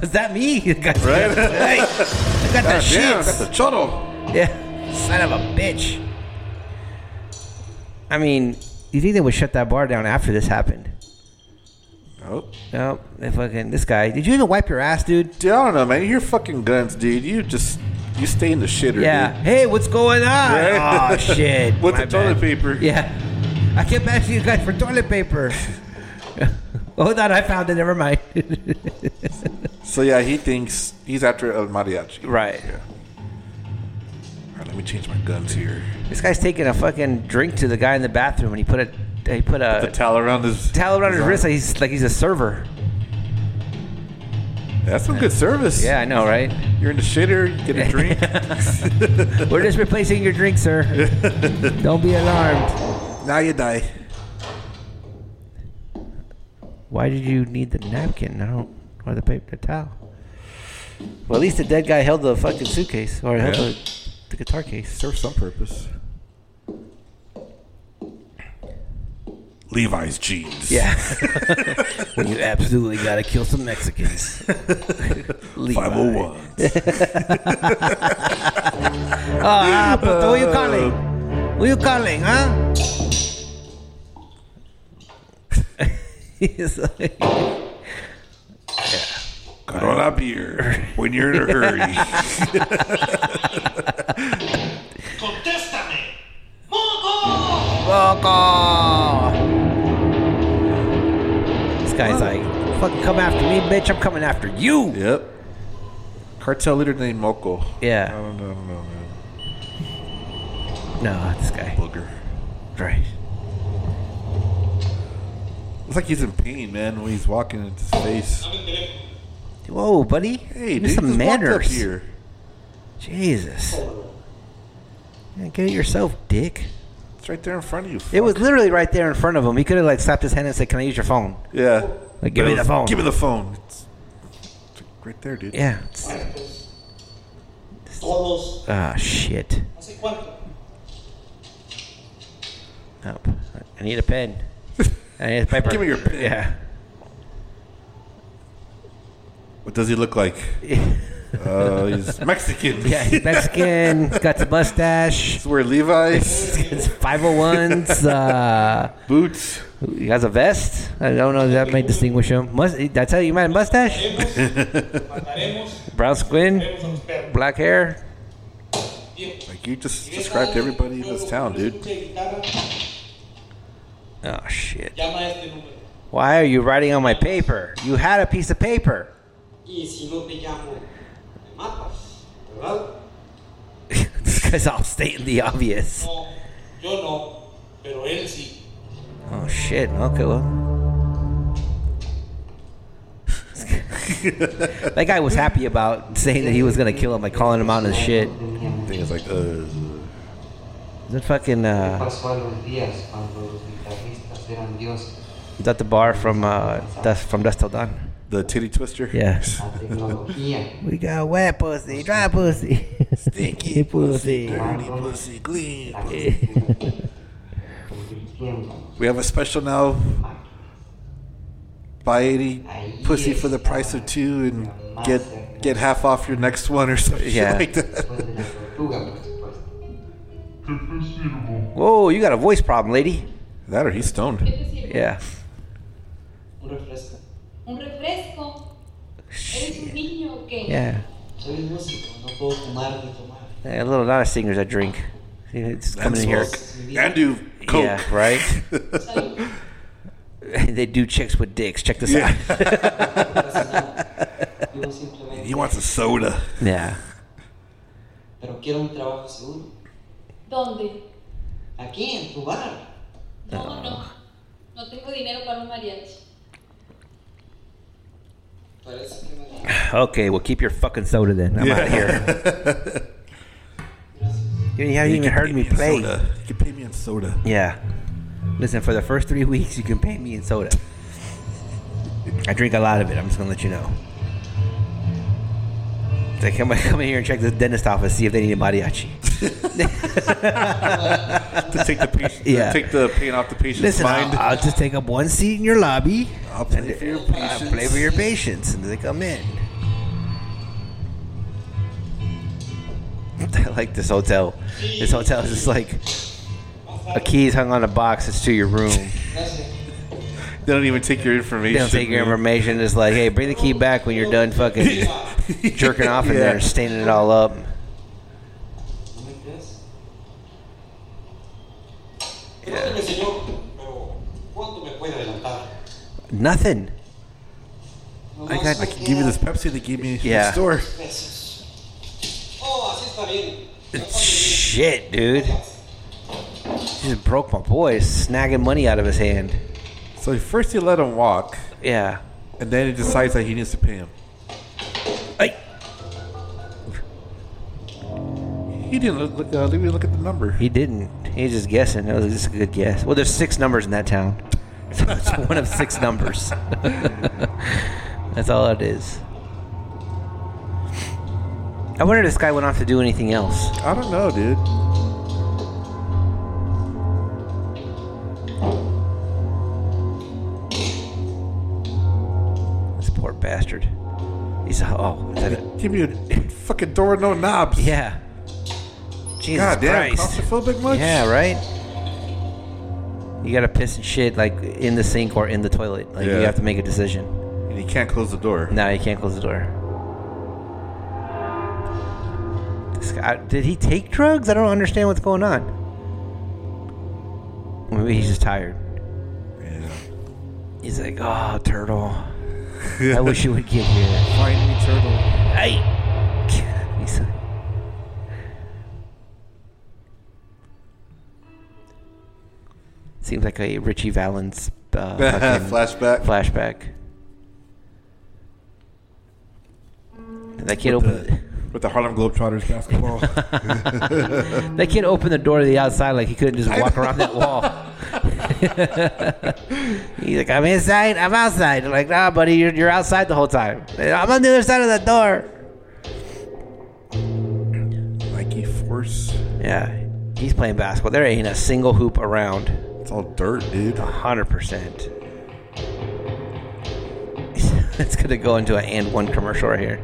Speaker 9: was that me? You guys-
Speaker 10: Right?
Speaker 9: Hey, I got the
Speaker 10: God damn, I
Speaker 9: shit.
Speaker 10: got the chotto.
Speaker 9: Yeah, son of a bitch. I mean, you think they would shut that bar down after this happened?
Speaker 10: Nope.
Speaker 9: Nope. They fucking this guy. Did you even wipe your ass, dude?
Speaker 10: Dude, I don't know, man. You hear fucking guns, dude. You just you stay in the shitter,
Speaker 9: Yeah.
Speaker 10: dude.
Speaker 9: Hey, what's going on?
Speaker 10: Right?
Speaker 9: Oh shit.
Speaker 10: With
Speaker 9: My
Speaker 10: the toilet
Speaker 9: bad.
Speaker 10: paper.
Speaker 9: Yeah. I kept asking you guys for toilet paper. Hold on, I found it. Never mind.
Speaker 10: So yeah, he thinks he's after El Mariachi.
Speaker 9: Right.
Speaker 10: Yeah. All right, let me change my guns here.
Speaker 9: this guy's taking a fucking drink to the guy in the bathroom, and he put a he put
Speaker 10: The
Speaker 9: a
Speaker 10: towel around his
Speaker 9: towel around his
Speaker 10: arm.
Speaker 9: wrist like he's like he's a server.
Speaker 10: That's some good service.
Speaker 9: Yeah, I know, right?
Speaker 10: You're in the shitter, you get a drink.
Speaker 9: We're just replacing your drink, sir. Don't be alarmed.
Speaker 10: now you die.
Speaker 9: Why did you need the napkin? I don't. Or the paper the towel. Well, at least the dead guy held the fucking suitcase or held
Speaker 10: Yeah.
Speaker 9: the, the guitar case.
Speaker 10: Serves some purpose. Levi's jeans.
Speaker 9: Yeah. when you absolutely gotta kill some Mexicans.
Speaker 10: Five oh one.
Speaker 9: Ah, puto, who you calling? Who you calling, huh? He's like,
Speaker 10: Corona beer. When you're in a hurry.
Speaker 11: ¡Contéstame! ¡Moco!
Speaker 9: Loco! This guy's like, fucking come after me, bitch. I'm coming after you.
Speaker 10: yep. Cartel leader named Moco. I
Speaker 9: Yeah.
Speaker 10: don't know, I don't know, man.
Speaker 9: No, this guy.
Speaker 10: Booger.
Speaker 9: Right.
Speaker 10: It's like he's in pain, man, when he's walking into space.
Speaker 9: Whoa, buddy.
Speaker 10: Hey,
Speaker 9: Give me
Speaker 10: dude,
Speaker 9: some
Speaker 10: just walked up
Speaker 9: manners.
Speaker 10: here.
Speaker 9: Jesus. Yeah, Get it yourself, dick.
Speaker 10: It's right there in front of you.
Speaker 9: It was
Speaker 10: fuck.
Speaker 9: literally right there in front of him. He could have like slapped his hand and said, "Can I use your phone?"
Speaker 10: Yeah.
Speaker 9: Like, give
Speaker 10: But
Speaker 9: me the
Speaker 10: it was,
Speaker 9: phone.
Speaker 10: Give me the phone. It's, it's right there, dude.
Speaker 9: Yeah. it's-
Speaker 5: Todos.
Speaker 9: Ah, shit.
Speaker 5: ¿Hace cuánto?
Speaker 9: Up. I need a pen. I need a paper.
Speaker 10: Give me your pen.
Speaker 9: Yeah.
Speaker 10: What does he look like? uh, he's Mexican.
Speaker 9: Yeah. He's Mexican. got the mustache.
Speaker 10: He's wear Levi's,
Speaker 9: It's 501s. Uh,
Speaker 10: boots.
Speaker 9: he has a vest. I don't know. That may distinguish him. Must, did I tell you, man, mustache?
Speaker 12: Mataremos,
Speaker 9: Brown skin.
Speaker 12: mataremos a los perros.
Speaker 9: Black hair.
Speaker 10: Like you just described everybody in this town, dude.
Speaker 12: Escucha guitarra,
Speaker 9: Oh, shit.
Speaker 12: llama a este número.
Speaker 9: Why are you writing on my paper? You had a piece of paper.
Speaker 12: Y si no te llamo, me matas, ¿verdad?
Speaker 9: this guy's all stating the obvious.
Speaker 12: No, yo no, pero él sí.
Speaker 9: Oh shit. Okay, well. that guy was happy about saying that he was gonna kill him by calling him out and shit.
Speaker 10: I think it's like, uh,
Speaker 9: Is that fucking uh
Speaker 13: Pasó a los días cuando los guitarristas eran dioses.
Speaker 9: is that the bar from uh Dust from Dust Till Dawn?
Speaker 10: the titty twister.
Speaker 9: Yeah.
Speaker 13: La tecnología
Speaker 9: We got wet pussy, dry pussy, stinky pussy.
Speaker 10: Dirty pussy, clean.
Speaker 13: convirtiendo
Speaker 10: We have a special now. Buy eighty pussy for the price of two, and get get half off your next one or something
Speaker 9: Yeah.
Speaker 10: like that.
Speaker 13: después de la tortuga, por supuesto.
Speaker 9: Whoa, you got a voice problem, lady.
Speaker 10: That or he's stoned.
Speaker 9: Yeah.
Speaker 12: Un refresco.
Speaker 2: Un refresco. Eres un niño, o qué?
Speaker 9: Yeah.
Speaker 12: Soy músico, no puedo fumar ni tomar.
Speaker 9: Yeah, a little lot of singers I drink. It's coming in here.
Speaker 10: And do coke.
Speaker 9: Yeah, right? they do chicks with dicks. Check this
Speaker 10: Yeah.
Speaker 9: out.
Speaker 13: Yo simplemente
Speaker 10: He wants a soda.
Speaker 9: yeah.
Speaker 13: pero quiero un trabajo seguro.
Speaker 2: ¿Dónde?
Speaker 13: Aquí, en tu bar.
Speaker 2: No, no. No tengo dinero para un mariachi.
Speaker 13: Parece que me...
Speaker 9: Okay, well, keep your fucking soda then. I'm out of here. you haven't even heard me play.
Speaker 10: You can pay me in soda.
Speaker 9: Yeah. Listen, for the first three weeks, you can pay me in soda. I drink a lot of it. I'm just gonna let you know. It's like, come, come in here and check this dentist office, see if they need a mariachi.
Speaker 10: to take the patient,
Speaker 9: Yeah.
Speaker 10: yeah. take the pain off the patient's
Speaker 9: Listen,
Speaker 10: mind.
Speaker 9: I'll, I'll just take up one seat in your lobby.
Speaker 10: I'll play
Speaker 9: and-
Speaker 10: for your
Speaker 9: I'll play for your patients, and they come in. I like this hotel. This hotel is just like a key's hung on a box. It's to your room.
Speaker 10: they don't even take your information.
Speaker 9: They don't take your information. It's like, hey, bring the key back when you're done fucking jerking off in there and staining it all up.
Speaker 13: Perdóneme, señor, pero ¿cuánto me puede adelantar?
Speaker 9: Nothing.
Speaker 10: I, got, I can give you this Pepsi they gave me in
Speaker 9: Yeah.
Speaker 10: the store.
Speaker 13: Pesos. Oh, así está bien.
Speaker 9: Shit, dude. She just broke my boy, snagging money out of his hand.
Speaker 10: So first you let him walk.
Speaker 9: Yeah.
Speaker 10: And then he decides that he needs to pay him. He didn't look, look, uh, let me look at the number.
Speaker 9: He didn't. He's just guessing. That was just a good guess. Well, there's six numbers in that town. So it's one of six numbers. That's all it is. I wonder if this guy went off to do anything else.
Speaker 10: I don't know, dude.
Speaker 9: This poor bastard. He's oh, is that it?
Speaker 10: Give me a fucking door with no knobs.
Speaker 9: Yeah. Jesus
Speaker 10: God damn,
Speaker 9: Christ.
Speaker 10: claustrophobic much?
Speaker 9: Yeah, right. You gotta piss and shit like in the sink or in the toilet. Like you
Speaker 10: Yeah.
Speaker 9: have to make a decision. And
Speaker 10: you can't close the door.
Speaker 9: No, you can't close the door. This guy, did he take drugs? I don't understand what's going on. Maybe he's just tired.
Speaker 10: Yeah.
Speaker 9: He's like, oh, turtle. I wish you would get here.
Speaker 10: Find me, E. turtle.
Speaker 9: Hey. He's like, Seems like a Richie Valens uh, fucking
Speaker 10: Flashback.
Speaker 9: Flashback. That kid
Speaker 10: with
Speaker 9: opened.
Speaker 10: the, with the Harlem Globetrotters basketball.
Speaker 9: that kid opened the door to the outside like he couldn't just walk around that wall. He's like, I'm inside, I'm outside. They're like, nah, buddy, you're, you're outside the whole time. I'm on the other side of the door.
Speaker 10: Nike Force.
Speaker 9: Yeah, he's playing basketball. There ain't a single hoop around.
Speaker 10: It's all dirt, dude.
Speaker 9: 100%. it's going to go into an and one commercial right here.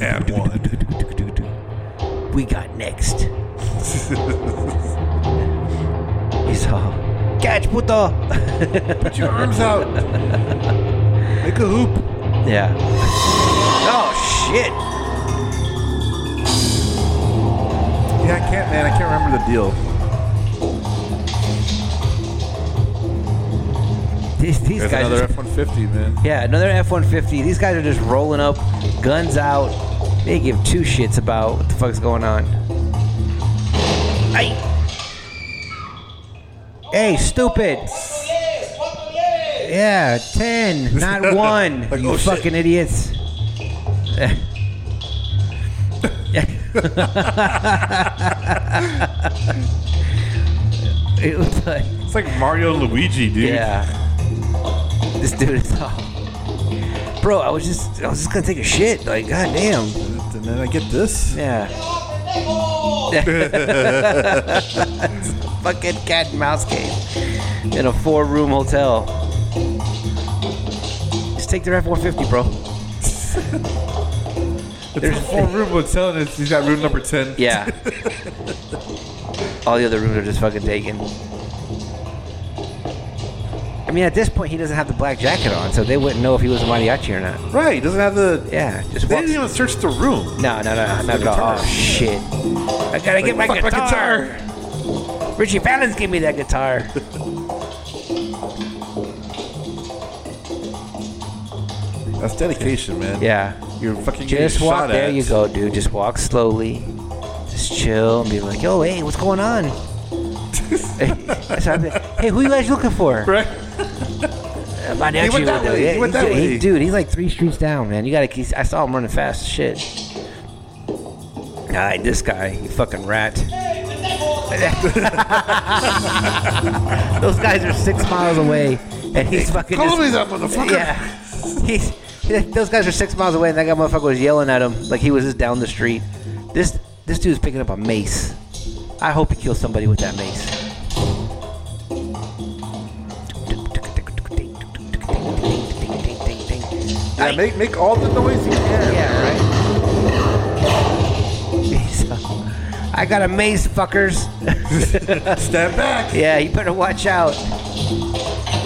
Speaker 10: and one.
Speaker 9: we got next. He's all, catch, puto.
Speaker 10: Put your arms out. Make a hoop.
Speaker 9: Yeah. Oh, shit.
Speaker 10: Yeah, I can't, man. I can't remember the deal.
Speaker 9: These, these
Speaker 10: There's
Speaker 9: guys.
Speaker 10: another
Speaker 9: just-
Speaker 10: F 150, man.
Speaker 9: Yeah, another F 150. These guys are just rolling up, guns out. They give two shits about what the fuck's going on. Hey! Hey, stupid! Yeah, 10, not 1.
Speaker 10: Like,
Speaker 9: you
Speaker 10: oh, shit.
Speaker 9: fucking idiots. it was like.
Speaker 10: It's like Mario and Luigi, dude.
Speaker 9: Yeah. This dude is all. Bro, I was just I was just gonna take a shit. Like, goddamn.
Speaker 10: And then I get this.
Speaker 9: Yeah. it's a fucking cat and mouse game in a four room hotel. Just take their F one fifty, bro.
Speaker 10: There's a full room hotel, and it's, he's got room number 10.
Speaker 9: Yeah. All the other rooms are just fucking taken. I mean, at this point, he doesn't have the black jacket on, so they wouldn't know if he was a mariachi or not.
Speaker 10: Right, he doesn't have the.
Speaker 9: Yeah, just
Speaker 10: They
Speaker 9: walks-
Speaker 10: didn't even search the room.
Speaker 9: No, no, no, not at all. Oh, shit. I gotta get my
Speaker 10: Like, fuck my
Speaker 9: guitar. Richie Valens gave me that guitar.
Speaker 10: That's dedication, man.
Speaker 9: yeah.
Speaker 10: You're fucking
Speaker 9: Just
Speaker 10: getting
Speaker 9: walk.
Speaker 10: shot
Speaker 9: There
Speaker 10: at.
Speaker 9: you go, dude. Just walk slowly. Just chill and be like, "Yo, hey, what's going on?" hey, so I'd be like, "Hey, who you guys looking for?"
Speaker 10: Right.
Speaker 9: My
Speaker 10: He
Speaker 9: nephew
Speaker 10: went that
Speaker 9: would do
Speaker 10: way,
Speaker 9: it.
Speaker 10: he went that
Speaker 9: he-
Speaker 10: way.
Speaker 9: dude. He's like three streets down, man. You gotta. He's, I saw him running fast. as Shit. All right, this guy, you fucking rat. Those guys are six miles away, and he's fucking.
Speaker 10: call
Speaker 9: just-
Speaker 10: me that motherfucker.
Speaker 9: Yeah, he's. Those guys are six miles away, and that guy motherfucker was yelling at him like he was just down the street. This this dude's picking up a mace. I hope he kills somebody with that mace.
Speaker 10: Yeah, make make all the noise you can.
Speaker 9: Yeah, right. I got a mace, fuckers.
Speaker 10: Step back.
Speaker 9: Yeah, you better watch out.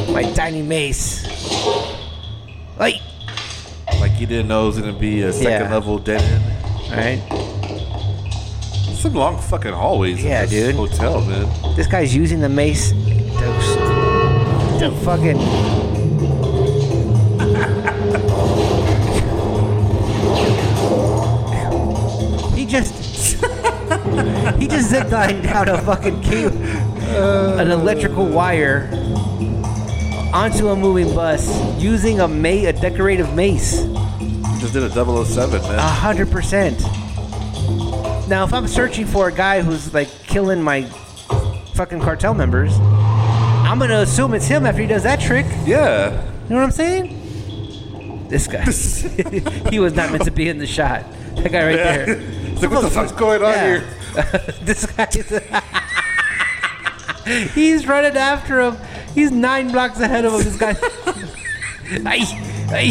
Speaker 9: My tiny mace. Hey.
Speaker 10: Like you didn't know it was gonna be a second
Speaker 9: Yeah.
Speaker 10: level dead end.
Speaker 9: Right.
Speaker 10: Some long fucking hallways.
Speaker 9: Yeah,
Speaker 10: in this
Speaker 9: dude.
Speaker 10: Hotel, man.
Speaker 9: This guy's using the mace to, to fucking. he just. he just ziglined out a fucking cable, an electrical wire onto a moving bus using a ma- a decorative mace.
Speaker 10: Just did a 007, man.
Speaker 9: A hundred percent. Now, if I'm searching for a guy who's like killing my fucking cartel members, I'm gonna assume it's him after he does that trick.
Speaker 10: Yeah.
Speaker 9: You know what I'm saying? This guy. he was not meant to be in the shot. That guy right
Speaker 10: Yeah.
Speaker 9: there.
Speaker 10: It's like, what the fuck's going on
Speaker 9: Yeah.
Speaker 10: here?
Speaker 9: this guy is. He's running after him. He's nine blocks ahead of him. This guy. Ay, ay,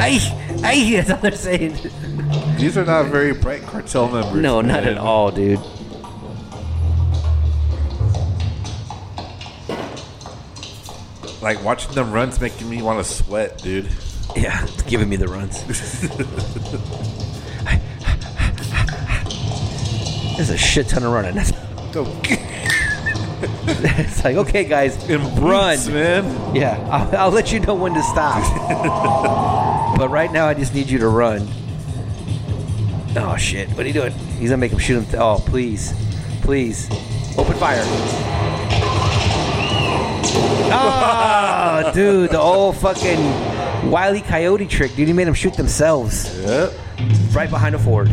Speaker 9: ay, ay, that's all they're saying.
Speaker 10: These are not very bright cartel members.
Speaker 9: No, not
Speaker 10: man.
Speaker 9: at all, dude.
Speaker 10: Like watching them runs making me want to sweat, dude.
Speaker 9: Yeah, it's giving me the runs. There's a shit ton of running. it's like, okay, guys, run.
Speaker 10: Beats, man.
Speaker 9: Yeah, I'll, I'll let you know when to stop. but right now, I just need you to run. Oh shit! What are you doing? He's gonna make him shoot him. Th- oh please, please, open fire! Oh, dude, the old fucking wily coyote trick, dude. He made him shoot themselves
Speaker 10: Yep.
Speaker 9: right behind a Ford.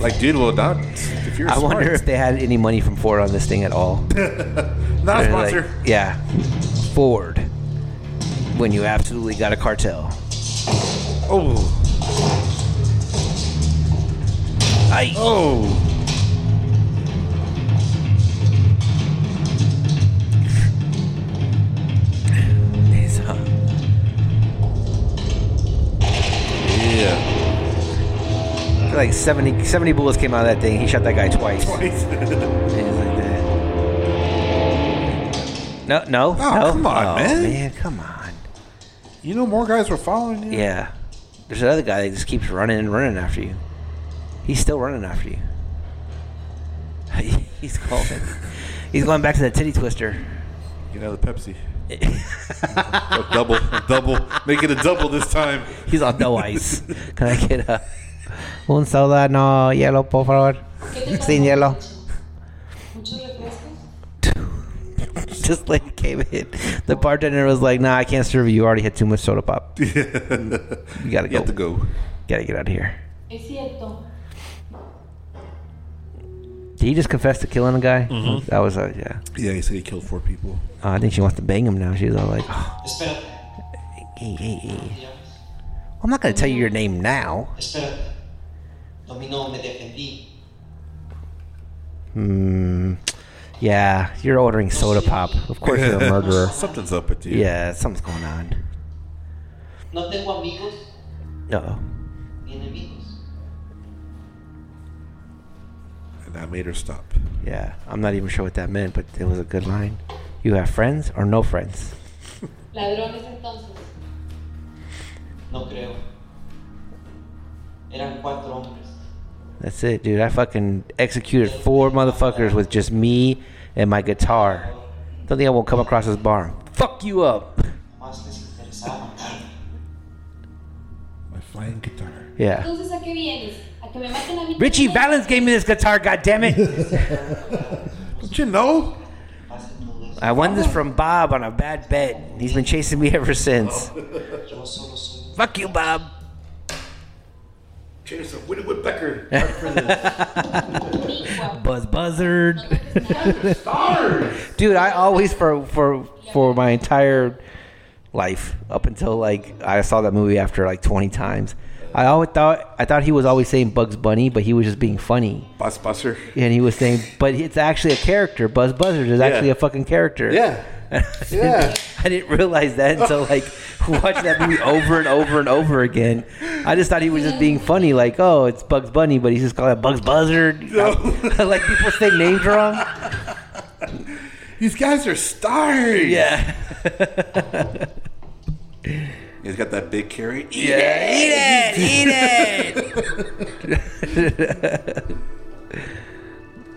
Speaker 10: Like, dude, well, not if you're.
Speaker 9: I
Speaker 10: smart.
Speaker 9: wonder if they had any money from Ford on this thing at all.
Speaker 10: not a
Speaker 9: They're like,
Speaker 10: sponsor.
Speaker 9: yeah. Ford. When you absolutely got a cartel.
Speaker 10: oh,
Speaker 9: Aye.
Speaker 10: oh.
Speaker 9: It's, uh,
Speaker 10: Yeah.
Speaker 9: Like 70, 70 bullets came out of that thing. He shot that guy twice. And he's like that. No, no.
Speaker 10: Oh,
Speaker 9: no.
Speaker 10: come on,
Speaker 9: Oh,
Speaker 10: man.
Speaker 9: come on.
Speaker 10: you know, more guys were following you.
Speaker 9: Yeah. There's another guy that just keeps running and running after you. He's still running after you. He's calling. He's going back to the titty twister.
Speaker 10: Get another Pepsi. A double, a double. Make it a double this time.
Speaker 9: He's on no ice. Can I get a un soda no hielo, por favor? Sin hielo.
Speaker 2: ¿Muchos refrescos?
Speaker 9: Just like came in, the bartender was like, "Nah, I can't serve you. You already had too much soda pop. You gotta
Speaker 10: You
Speaker 9: go.
Speaker 10: have to go.
Speaker 9: Gotta get out of here."
Speaker 2: Es cierto.
Speaker 9: Did he just confess to killing a guy? That was uh, yeah.
Speaker 10: Yeah, he said he killed four people.
Speaker 9: Oh, I think she wants to bang him now. She's all like, "Oh,
Speaker 13: Espérate,
Speaker 9: hey, hey,
Speaker 13: ya
Speaker 9: hey."
Speaker 13: ves.
Speaker 9: Well, I'm not gonna tell you your name now.
Speaker 13: Espérate. Dominó, me defendí.
Speaker 9: Hmm. Yeah, you're ordering soda pop. Of course, you're a murderer.
Speaker 10: Something's up with you.
Speaker 9: Yeah, something's going on.
Speaker 13: No tengo amigos
Speaker 9: No.
Speaker 13: ni enemigos.
Speaker 10: And I made her stop.
Speaker 9: Yeah, I'm not even sure what that meant, but it was a good line. You have friends or no friends?
Speaker 2: Ladrones entonces.
Speaker 13: No creo. Eran cuatro hombres.
Speaker 9: That's it, dude. I fucking executed four motherfuckers with just me and my guitar. Don't think I won't come across this bar. and Fuck you up.
Speaker 13: Más les interesaba matarme.
Speaker 10: My flying guitar.
Speaker 9: Yeah.
Speaker 2: Entonces, ¿a qué vienes? ¿A que me maten a mí?
Speaker 9: Richie Valens gave me this guitar, goddammit.
Speaker 10: Don't you know?
Speaker 9: I won this from Bob on a bad bet. He's been chasing me ever since.
Speaker 13: Yo solo soy
Speaker 9: Fuck you, Bob.
Speaker 13: Cheers to Woody Woodpecker.
Speaker 9: Buzz Buzzard. Dude, I always for for for my entire life up until like I saw that movie after like 20 times. I always thought I thought he was always saying Bugs Bunny, but he was just being funny.
Speaker 10: Buzz Buster.
Speaker 9: And he was saying, but it's actually a character. Buzz Buzzard is actually
Speaker 10: Yeah.
Speaker 9: a fucking character.
Speaker 10: Yeah. Yeah.
Speaker 9: I didn't realize that until like watching that movie over and over and over again. I just thought he was just being funny, like, oh, it's Bugs Bunny, but he's just calling it Bugs Buzzard. like people say names wrong.
Speaker 10: These guys are stars.
Speaker 9: Yeah.
Speaker 10: He's got that big carry. E.
Speaker 9: Yeah. Eat
Speaker 10: it.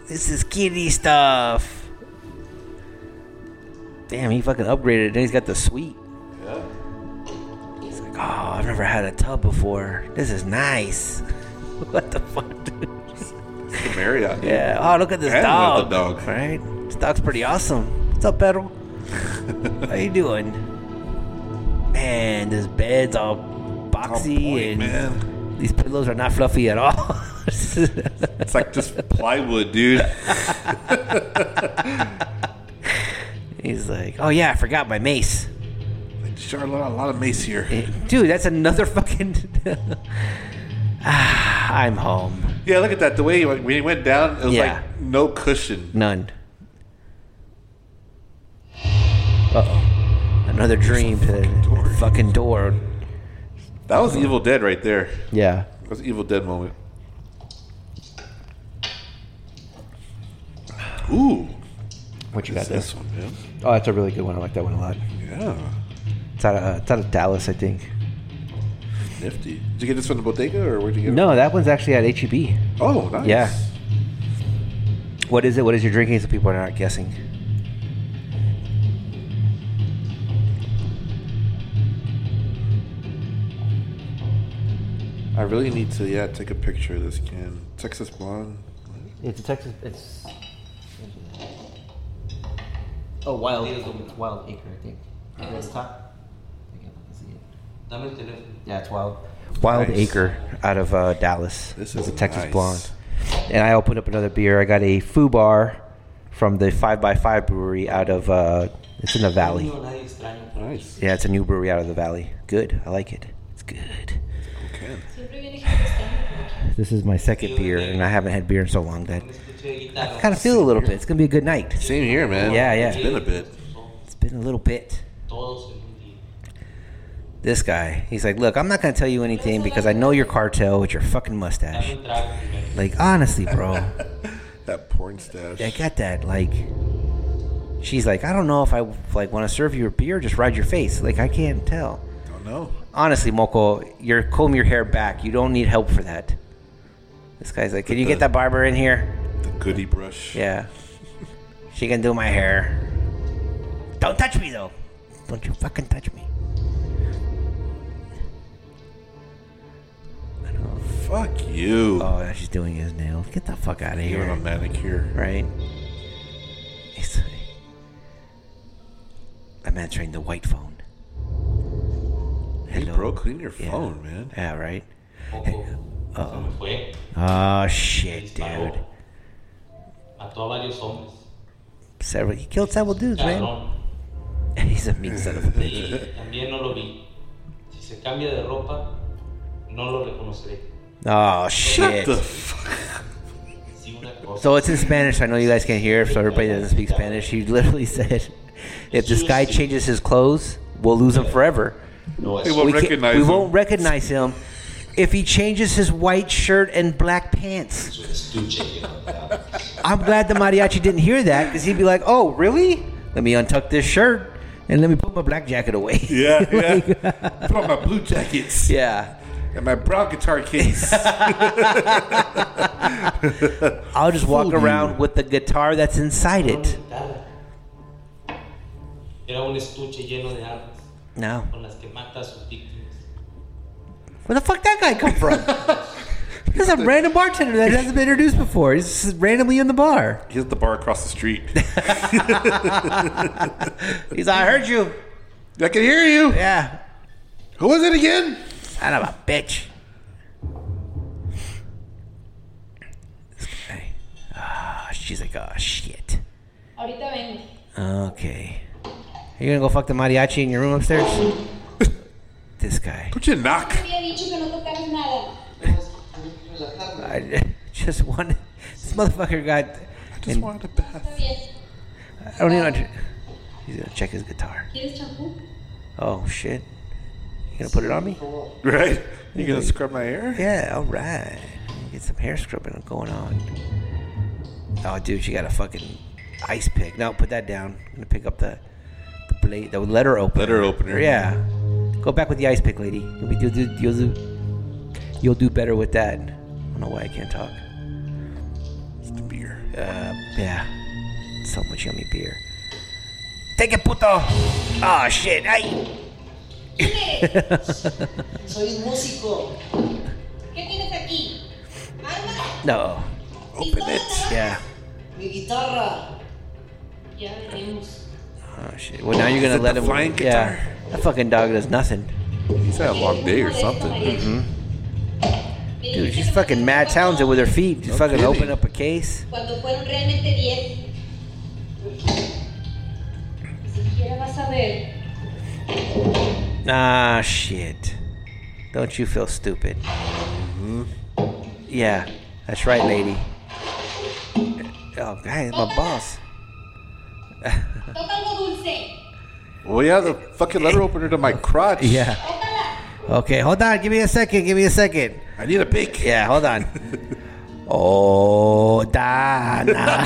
Speaker 9: This is kitty stuff. Damn, he fucking upgraded. Then he's got the suite.
Speaker 10: Yeah.
Speaker 9: He's like, oh, I've never had a tub before. This is nice. what the fuck, dude?
Speaker 10: The Marriott. dude.
Speaker 9: Yeah. Oh, look at this
Speaker 10: And
Speaker 9: dog.
Speaker 10: another dog.
Speaker 9: Right? This dog's pretty awesome. What's up, Pedro? How you doing? Man, this bed's all boxy and
Speaker 10: point, Oh, man.
Speaker 9: these pillows are not fluffy at all.
Speaker 10: It's like just plywood, dude.
Speaker 9: He's like, oh yeah, I forgot my mace.
Speaker 10: Charlotte, a lot of mace here.
Speaker 9: Dude, that's another fucking. Ah, I'm home.
Speaker 10: Yeah, look at that. The way he went, when he went down, it was
Speaker 9: Yeah.
Speaker 10: like no cushion.
Speaker 9: None. Uh oh. Another dream to the fucking door.
Speaker 10: That was Evil Dead right there.
Speaker 9: Yeah.
Speaker 10: That was Evil Dead moment. Ooh.
Speaker 9: What you got
Speaker 10: It's
Speaker 9: there?
Speaker 10: This one, man.
Speaker 9: Oh, that's a really good one. I like that one a lot.
Speaker 10: Yeah.
Speaker 9: It's out of, uh, it's out of Dallas, I think.
Speaker 10: Nifty. Did you get this from the bodega or where'd you get
Speaker 9: No, that one's actually at E HEB.
Speaker 10: it? Oh, nice.
Speaker 9: Yeah. What is it? What is your drinking? So people are not guessing.
Speaker 10: I really need to, yeah, take a picture of this can. Texas Blonde.
Speaker 9: It's a Texas. It's. Oh, wild. It's wild acre, I think.
Speaker 13: It's
Speaker 9: top.
Speaker 13: Dame el teléfono.
Speaker 9: Yeah, it's wild. Wild
Speaker 10: Nice.
Speaker 9: Acre out of uh, Dallas.
Speaker 10: This
Speaker 9: It's
Speaker 10: is
Speaker 9: a Texas
Speaker 10: nice.
Speaker 9: Blonde. And I opened up another beer. I got a Foo Bar from the 5x5 brewery out of. Uh, it's in the Valley.
Speaker 13: No, nadie extraño.
Speaker 10: Nice.
Speaker 9: Yeah, it's a new brewery out of the Valley. Good. I like it. It's good.
Speaker 10: Okay.
Speaker 2: Siempre viene gente extraña por aquí.
Speaker 9: This is my second beer, and I haven't had beer in so long that
Speaker 13: Escuché de
Speaker 9: I
Speaker 13: guitarra.
Speaker 9: kind of feel a little bit. It's gonna be a good night.
Speaker 10: Same here, man.
Speaker 9: Yeah, yeah.
Speaker 10: It's been a bit.
Speaker 9: It's been a little bit.
Speaker 13: Todos en un día.
Speaker 9: This guy, he's like, look, I'm not gonna tell you anything because I know your cartel with your fucking
Speaker 13: Dame
Speaker 9: mustache.
Speaker 13: un trago primero.
Speaker 9: Like honestly, bro,
Speaker 10: That porn stash.
Speaker 9: I got that. Like, she's like, I don't know if I like want to serve you a beer, or just ride your face. Like, I can't tell.
Speaker 10: Don't know.
Speaker 9: Honestly, Moko, you're comb your hair back. You don't need help for that. This guy's like, can you get that barber in here?
Speaker 10: The goody brush.
Speaker 9: Yeah. She can do my hair. Don't touch me though. Don't you fucking touch me.
Speaker 10: Fuck you.
Speaker 9: Oh, now she's doing his nails. Get the fuck out of
Speaker 10: Give it a
Speaker 9: here.
Speaker 10: manicure.
Speaker 9: Right? He's I'm answering the white phone.
Speaker 10: Hey,
Speaker 9: Hello?
Speaker 10: bro, clean your
Speaker 9: Yeah.
Speaker 10: phone, man.
Speaker 9: Yeah, right?
Speaker 13: Poco. Se me fue.
Speaker 9: Oh, shit, dude.
Speaker 13: Disparó. Mató a varios hombres.
Speaker 9: Several, he killed several dudes, man.
Speaker 13: Cabrón.
Speaker 9: He's a mean son of a bitch.
Speaker 13: Y también no lo vi. Si se cambia de ropa, no lo reconoceré.
Speaker 9: Oh,
Speaker 10: Shut
Speaker 9: shit.
Speaker 10: the fuck
Speaker 13: Sí, una cosa.
Speaker 9: So it's in Spanish. I know you guys can't hear it, so everybody that doesn't speak Spanish. He literally said, "If this guy changes his clothes, we'll lose him forever.
Speaker 13: No es.
Speaker 10: They won't
Speaker 9: we can't-
Speaker 10: recognize
Speaker 9: we
Speaker 10: him.
Speaker 9: won't recognize him if he changes his white shirt and black pants."
Speaker 13: un estuche lleno de armas.
Speaker 9: I'm glad the mariachi didn't hear that because he'd be like, "Oh, really? Let me untuck this shirt and let me put my black jacket away."
Speaker 10: Yeah, yeah. Put on my blue jackets
Speaker 9: yeah.
Speaker 10: and my brown guitar case.
Speaker 9: I'll just walk
Speaker 10: Fooled you.
Speaker 9: around with the guitar that's inside it.
Speaker 13: Era un estuche lleno de armas
Speaker 9: No.
Speaker 13: con las que mata a sus víctimas.
Speaker 9: Where the fuck that guy come from? There's a random bartender that hasn't been introduced before. He's just randomly in the bar.
Speaker 10: He's at the bar across the street.
Speaker 9: He's, I heard you.
Speaker 10: I can hear you.
Speaker 9: Yeah.
Speaker 10: Who was it again?
Speaker 9: Son of a bitch. Ah, she's like, oh shit.
Speaker 2: Ahorita vengo.
Speaker 9: Okay. Are you gonna go fuck the mariachi in your room upstairs? this guy.
Speaker 10: Put your knock.
Speaker 2: Te había dicho que no tocaras nada.
Speaker 9: I just wanted. This motherfucker got. I
Speaker 10: just wanted a bath.
Speaker 2: Está bien.
Speaker 9: I don't even. under- He's gonna check his guitar.
Speaker 2: ¿Quieres champú?
Speaker 9: Oh shit. You gonna put it on me?
Speaker 10: Right? You gonna scrub my hair?
Speaker 9: Yeah, all right. Get some hair scrubbing going on. Oh, dude, you got a fucking ice pick. No, put that down. I'm gonna pick up the the blade, the letter opener.
Speaker 10: Letter opener.
Speaker 9: Yeah. Go back with the ice pick, lady. You'll be, you'll do, you'll do, you'll do better with that. I don't know why I can't talk.
Speaker 10: It's the beer.
Speaker 9: Uh, yeah. So much yummy beer. Take it, puto. Oh shit. Ay.
Speaker 5: Soy un músico.
Speaker 2: ¿Qué tienes aquí? ¡Arma!
Speaker 9: no. Open it. Yeah.
Speaker 5: Mi guitarra.
Speaker 2: Ya veremos.
Speaker 9: Oh shit. Well, now you're
Speaker 10: Is
Speaker 9: gonna
Speaker 10: it
Speaker 9: let
Speaker 10: the
Speaker 9: him.
Speaker 10: flying
Speaker 9: yeah. That fucking dog does nothing.
Speaker 10: He's had a long day or something.
Speaker 9: Mm-hmm.
Speaker 2: Me
Speaker 9: Dude,
Speaker 2: dijiste que
Speaker 9: she's
Speaker 2: me
Speaker 9: fucking mad
Speaker 2: tocaba
Speaker 9: talented with her feet. Just
Speaker 10: No
Speaker 9: fucking
Speaker 10: kidding.
Speaker 9: open up a case.
Speaker 2: Cuando fueron realmente 10. Ni siquiera vas a ver.
Speaker 9: Ah, shit. Don't you feel stupid? Yeah, that's right, lady. Oh, guy, it's my boss.
Speaker 2: Toca algo dulce.
Speaker 10: Well, yeah, the fucking letter opener to my crotch.
Speaker 9: Yeah.
Speaker 2: Tócala.
Speaker 9: Okay, hold on. Give me a second. Give me a second.
Speaker 10: I need a bake.
Speaker 9: Yeah, hold on. Oh, Donna.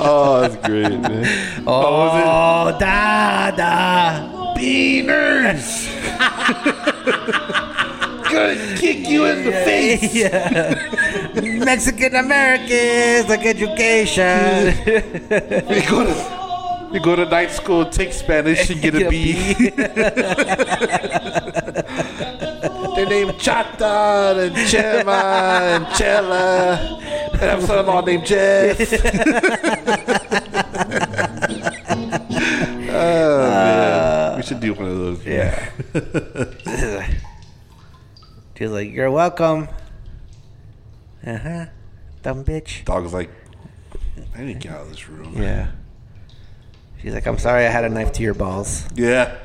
Speaker 10: Oh, that's great, man.
Speaker 9: Oh, Donna.
Speaker 10: Beavers! Gonna kick you in the face!
Speaker 9: Mexican Americans, like education.
Speaker 10: You go to, you go to night school, take Spanish, and get, a B. They name Chata and Chema and Chela. And I have a son-in-law named Jeff. oh, man. We should do one of those. man.
Speaker 9: Yeah. She's like, you're welcome. Uh huh. Dumb bitch.
Speaker 10: Dog's like, I need to get out of this room.
Speaker 9: Yeah. She's like, I'm sorry I had a knife to your balls.
Speaker 10: Yeah.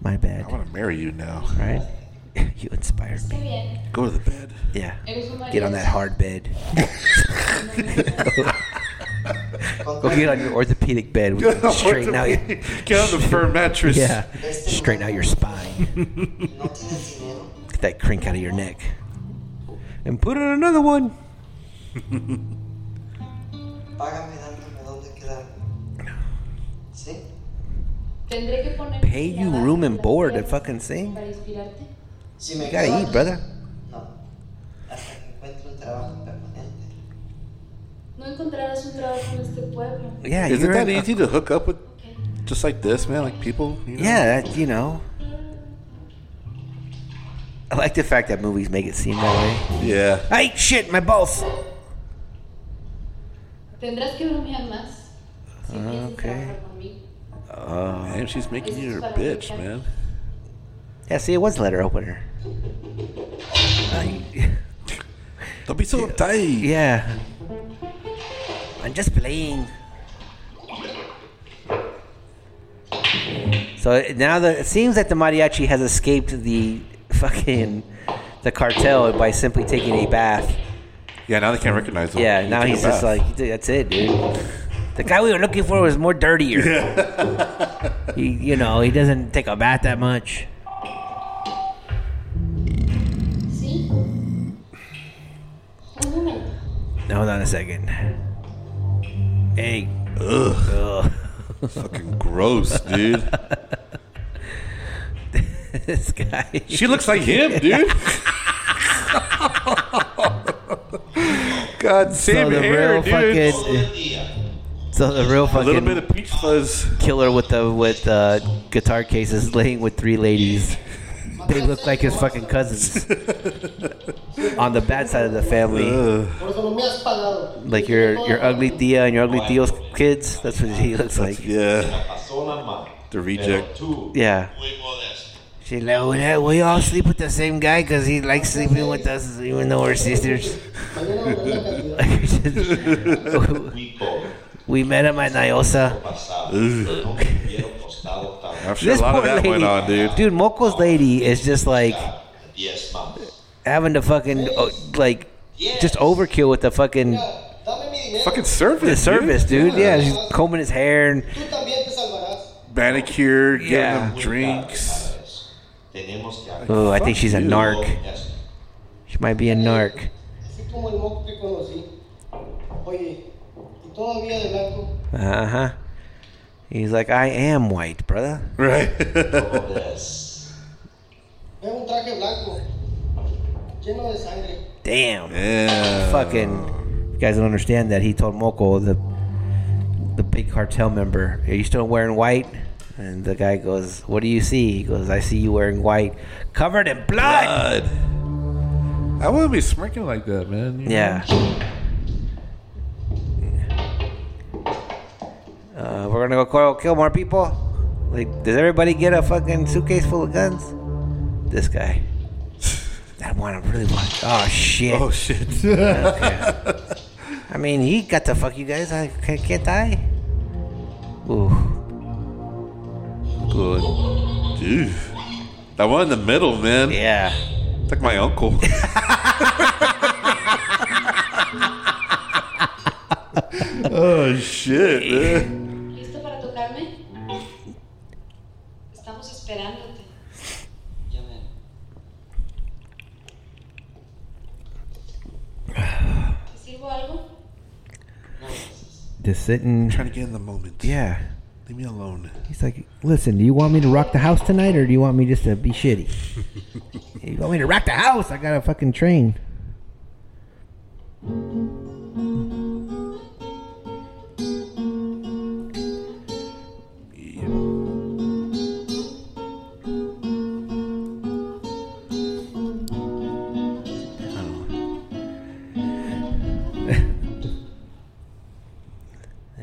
Speaker 9: My bad.
Speaker 10: I want to marry you now.
Speaker 9: Right? you inspired
Speaker 2: Está
Speaker 9: me.
Speaker 2: bien.
Speaker 10: Go to the bed.
Speaker 9: Yeah.
Speaker 2: Eres un
Speaker 9: Get on that hard bed. Go get on your orthopedic bed. We can straighten out your,
Speaker 10: Get on the firm mattress.
Speaker 9: yeah, straighten out your spine.
Speaker 5: No tienes dinero.
Speaker 9: Get that crink out of your neck. And put on another one.
Speaker 5: Págame dándome dónde quedarme. ¿Sí?
Speaker 2: Tendré que poner.
Speaker 9: Pay you room and board to fucking sing.
Speaker 2: Para inspirarte.
Speaker 5: Si me
Speaker 9: You gotta
Speaker 5: quedo
Speaker 9: eat,
Speaker 5: aquí,
Speaker 9: brother.
Speaker 5: No. Hasta que encuentre un trabajo permanente.
Speaker 2: No encontrarás un trabajo en este pueblo.
Speaker 9: Yeah,
Speaker 10: Is it
Speaker 9: you're
Speaker 10: that
Speaker 9: in-
Speaker 10: easy to hook up with
Speaker 2: Okay.
Speaker 10: just like this, man? Like people? You know?
Speaker 9: Yeah, that, you know. I like the fact that movies make it seem that way.
Speaker 10: Yeah.
Speaker 9: Hey, shit, my balls.
Speaker 2: Tendrás que bromear más. Si empiezas a
Speaker 9: Ah, ok. Ah,
Speaker 2: trabajar conmigo.
Speaker 10: Man, she's making you her bitch, man.
Speaker 9: Yeah, see, it was letter opener. I-
Speaker 10: Don't be so uptight.
Speaker 9: yeah. I'm just playing. So now the, it seems that the mariachi has escaped the fucking the cartel by simply taking a bath.
Speaker 10: Yeah, now they can't recognize him.
Speaker 9: Yeah, now
Speaker 10: took a
Speaker 9: he's just
Speaker 10: bath.
Speaker 9: like, "Dude, that's it, dude. The guy we were looking for was more dirtier. he, you know, he doesn't take a bath that much.
Speaker 2: Sí. Un momento.
Speaker 9: Hold on a second. Hey,
Speaker 10: fucking gross, dude.
Speaker 9: this guy.
Speaker 10: She looks like him, dude. God, same
Speaker 9: the
Speaker 10: hair,
Speaker 9: real
Speaker 10: dude.
Speaker 9: fucking,
Speaker 11: Todo el día.
Speaker 9: so the real
Speaker 10: a little bit
Speaker 9: fucking
Speaker 10: of peach fuzz.
Speaker 9: killer with the with uh, guitar cases laying with three ladies. they look like his fucking cousins on the bad side of the family.
Speaker 5: Por eso no me has pagado.
Speaker 9: Like your your ugly Thea and your ugly Theo's kids. That's what he looks like.
Speaker 10: Yeah. The reject.
Speaker 9: Yeah. She like we, all- we all sleep with the same guy because he likes sleeping with us even though we're sisters. we met him at Nyosa.
Speaker 10: I'm sure a lot of that went on, dude.
Speaker 9: Dude, Moco's lady is just like having to fucking oh, like just overkill with the fucking
Speaker 10: fucking service.
Speaker 9: the service, dude. Yeah. she's combing his hair and
Speaker 10: manicure, giving
Speaker 9: Yeah.
Speaker 10: them drinks.
Speaker 9: oh, I think she's a
Speaker 10: Fuck you.
Speaker 9: narc. She might be a narc.
Speaker 5: Así como el moco que conocí. Oye, y todavía de blanco.
Speaker 9: Uh huh. He's like, I am white, brother.
Speaker 10: Right.
Speaker 5: Veo un traje blanco. Lleno de sangre.
Speaker 9: Damn.
Speaker 10: Yeah.
Speaker 9: Fucking. You guys don't understand that he told Moko, the the big cartel member, "Are you still wearing white?" And the guy goes, "What do you see?" He goes, "I see you wearing white, covered in blood."
Speaker 10: God. I wouldn't be smirking like that, man. You
Speaker 9: Yeah.
Speaker 10: know?
Speaker 9: Uh, we're gonna go kill, kill more people. Like, does everybody get a fucking suitcase full of guns? This guy. I want to really want. Oh shit.
Speaker 10: Oh shit.
Speaker 9: Okay. I mean, he got to fuck you guys. I can't, can't I? Ooh.
Speaker 10: Good. Dude. That one in the middle, man.
Speaker 9: Yeah.
Speaker 10: It's like my uncle. oh shit, man.
Speaker 2: ¿Listo para tocarme? Estamos esperándote. ¿Te sirvo algo?
Speaker 9: Just sitting.
Speaker 10: Trying to get in the moment.
Speaker 9: Yeah.
Speaker 10: Leave me alone.
Speaker 9: He's like, listen, do you want me to rock the house tonight or do you want me just to be shitty? you want me to rock the house? I got a fucking train.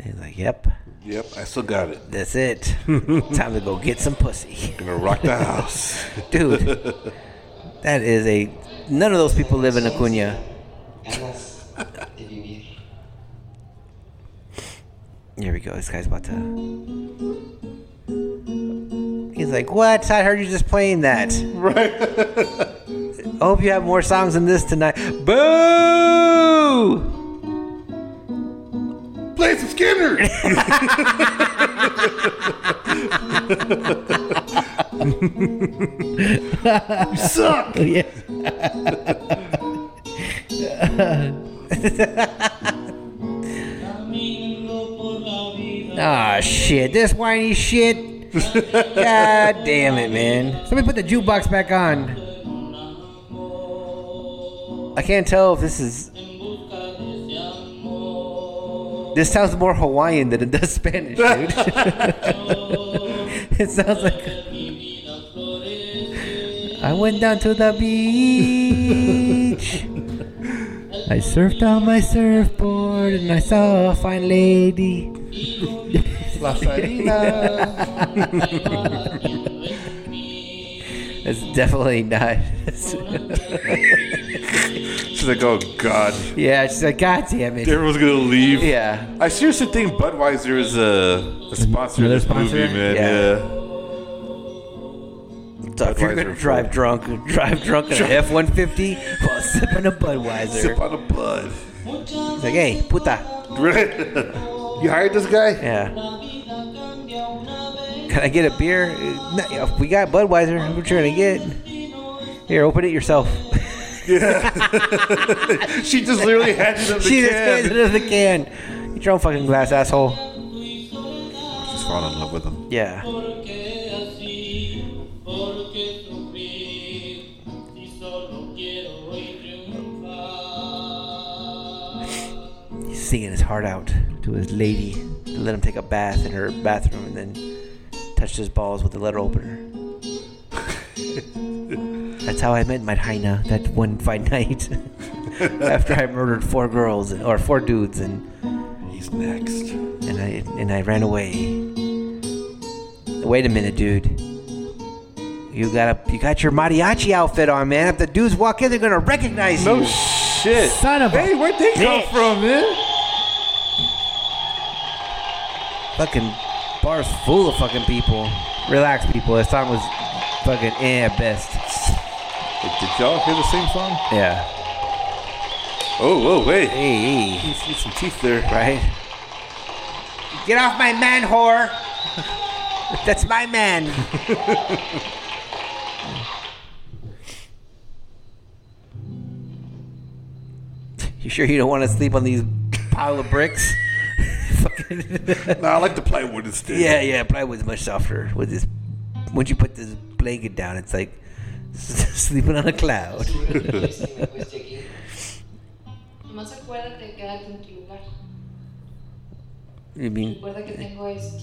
Speaker 9: He's like, yep.
Speaker 10: Yep, I still got it.
Speaker 9: That's it. Time to go get some pussy.
Speaker 10: Gonna rock the house.
Speaker 9: Dude, that is a. None of those people live in Acuna.
Speaker 13: Ganas de vivir.
Speaker 9: Here we go. This guy's about to. He's like, what? I heard you just playing that.
Speaker 10: Right.
Speaker 9: I hope you have more songs than this tonight. Boo!
Speaker 10: Play some Skinner. you suck.
Speaker 9: Yeah. Ah, shit. This whiny shit. God damn it, man. Somebody put the jukebox back on. I can't tell if this is. This sounds more Hawaiian than it does Spanish, dude. it sounds like. I went down to the beach. I surfed on my surfboard and I saw a fine lady. It's definitely not.
Speaker 10: She's like, oh god,
Speaker 9: yeah, she's like, God damn it.
Speaker 10: everyone's gonna leave.
Speaker 9: Yeah.
Speaker 10: I seriously think Budweiser is a, a sponsor of
Speaker 9: Another
Speaker 10: this
Speaker 9: sponsor?
Speaker 10: movie, man.
Speaker 9: Yeah.
Speaker 10: Yeah.
Speaker 9: So if you're
Speaker 10: Budweiser
Speaker 9: gonna
Speaker 10: for-
Speaker 9: drive drunk, drive drunk in an F one fifty while sipping a Budweiser.
Speaker 10: Sip on a bud.
Speaker 9: It's like, hey, puta.
Speaker 10: Right? you hired this guy?
Speaker 9: Yeah. Can I get a beer? Uh, no, yeah, We got Budweiser. What you trying to get? Here, open it yourself.
Speaker 10: She just literally handed him the
Speaker 9: she just
Speaker 10: can.
Speaker 9: handed us the can. Get your own fucking glass, asshole.
Speaker 10: Just fall in love with him.
Speaker 9: Yeah. He's singing his heart out to his lady. To let him take a bath in her bathroom and then touched his balls with the letter opener. That's how I met my hyena that one fine night after I murdered four girls or four dudes and
Speaker 10: he's next.
Speaker 9: And I and I ran away. Wait a minute, dude. You got a you got your mariachi outfit on, man. If the dudes walk in, they're gonna recognize you.
Speaker 10: No shit.
Speaker 9: Son of
Speaker 10: Hey,
Speaker 9: a
Speaker 10: where'd they come
Speaker 9: bitch.
Speaker 10: from, man?
Speaker 9: Fucking bars full of fucking people. Relax, people. This song was fucking eh at best.
Speaker 10: Did y'all hear the same song?
Speaker 9: Yeah.
Speaker 10: Oh, whoa, wait.
Speaker 9: Hey, hey.
Speaker 10: You see some teeth there.
Speaker 9: right? Get off my man, whore. That's my man. you sure you don't want to sleep on these pile of bricks? Fucking-
Speaker 10: No, I like to play wood instead.
Speaker 9: yeah, yeah. Plywood's much softer. With this, once you put this blanket down, it's like sleeping on a cloud.
Speaker 5: Pues,
Speaker 2: Nomás acuérdate, quédate en tu lugar.
Speaker 9: you mean
Speaker 2: Recuerda que tengo esto.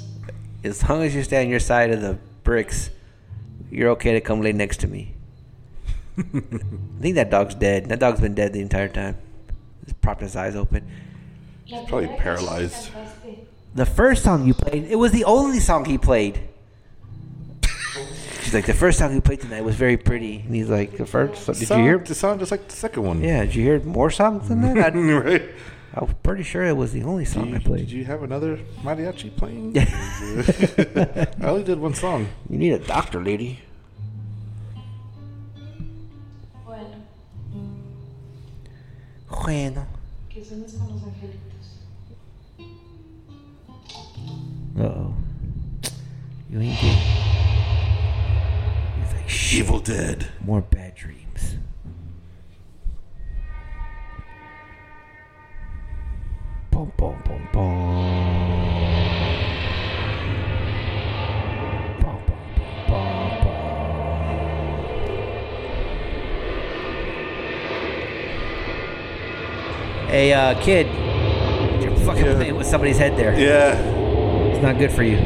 Speaker 9: as long as you stay on your side of the bricks, you're okay to come lay next to me. I think that dog's dead. That dog's been dead the entire time. He's propped his eyes open.
Speaker 2: La
Speaker 10: probably
Speaker 2: primera canción que
Speaker 10: paralyzed.
Speaker 2: cantaste,
Speaker 9: The first song you played, it was the only song he played. She's like, the first song you played tonight was very pretty. And he's like, the first song, did you
Speaker 10: Sound-
Speaker 9: hear?
Speaker 10: It sound just like the second one.
Speaker 9: Yeah, did you hear more songs than that? I,
Speaker 10: right?
Speaker 9: I was pretty sure it was the only
Speaker 10: Do
Speaker 9: song
Speaker 10: you-
Speaker 9: I played.
Speaker 10: Did you have another mariachi playing?
Speaker 9: Yeah.
Speaker 10: I only did one song.
Speaker 9: You need a doctor, lady.
Speaker 2: Bueno,
Speaker 9: Bueno.
Speaker 2: que sueñes con los angelitos.
Speaker 9: Uh-oh. You ain't good. He's like, shit.
Speaker 10: Evil Dead.
Speaker 9: More bad dreams. Boom, boom, boom, boom. Boom, boom, boom, boom, boom. Hey, uh, kid. You're fucking
Speaker 10: Yeah.
Speaker 9: playing with somebody's head there.
Speaker 10: Yeah.
Speaker 9: It's not good for you.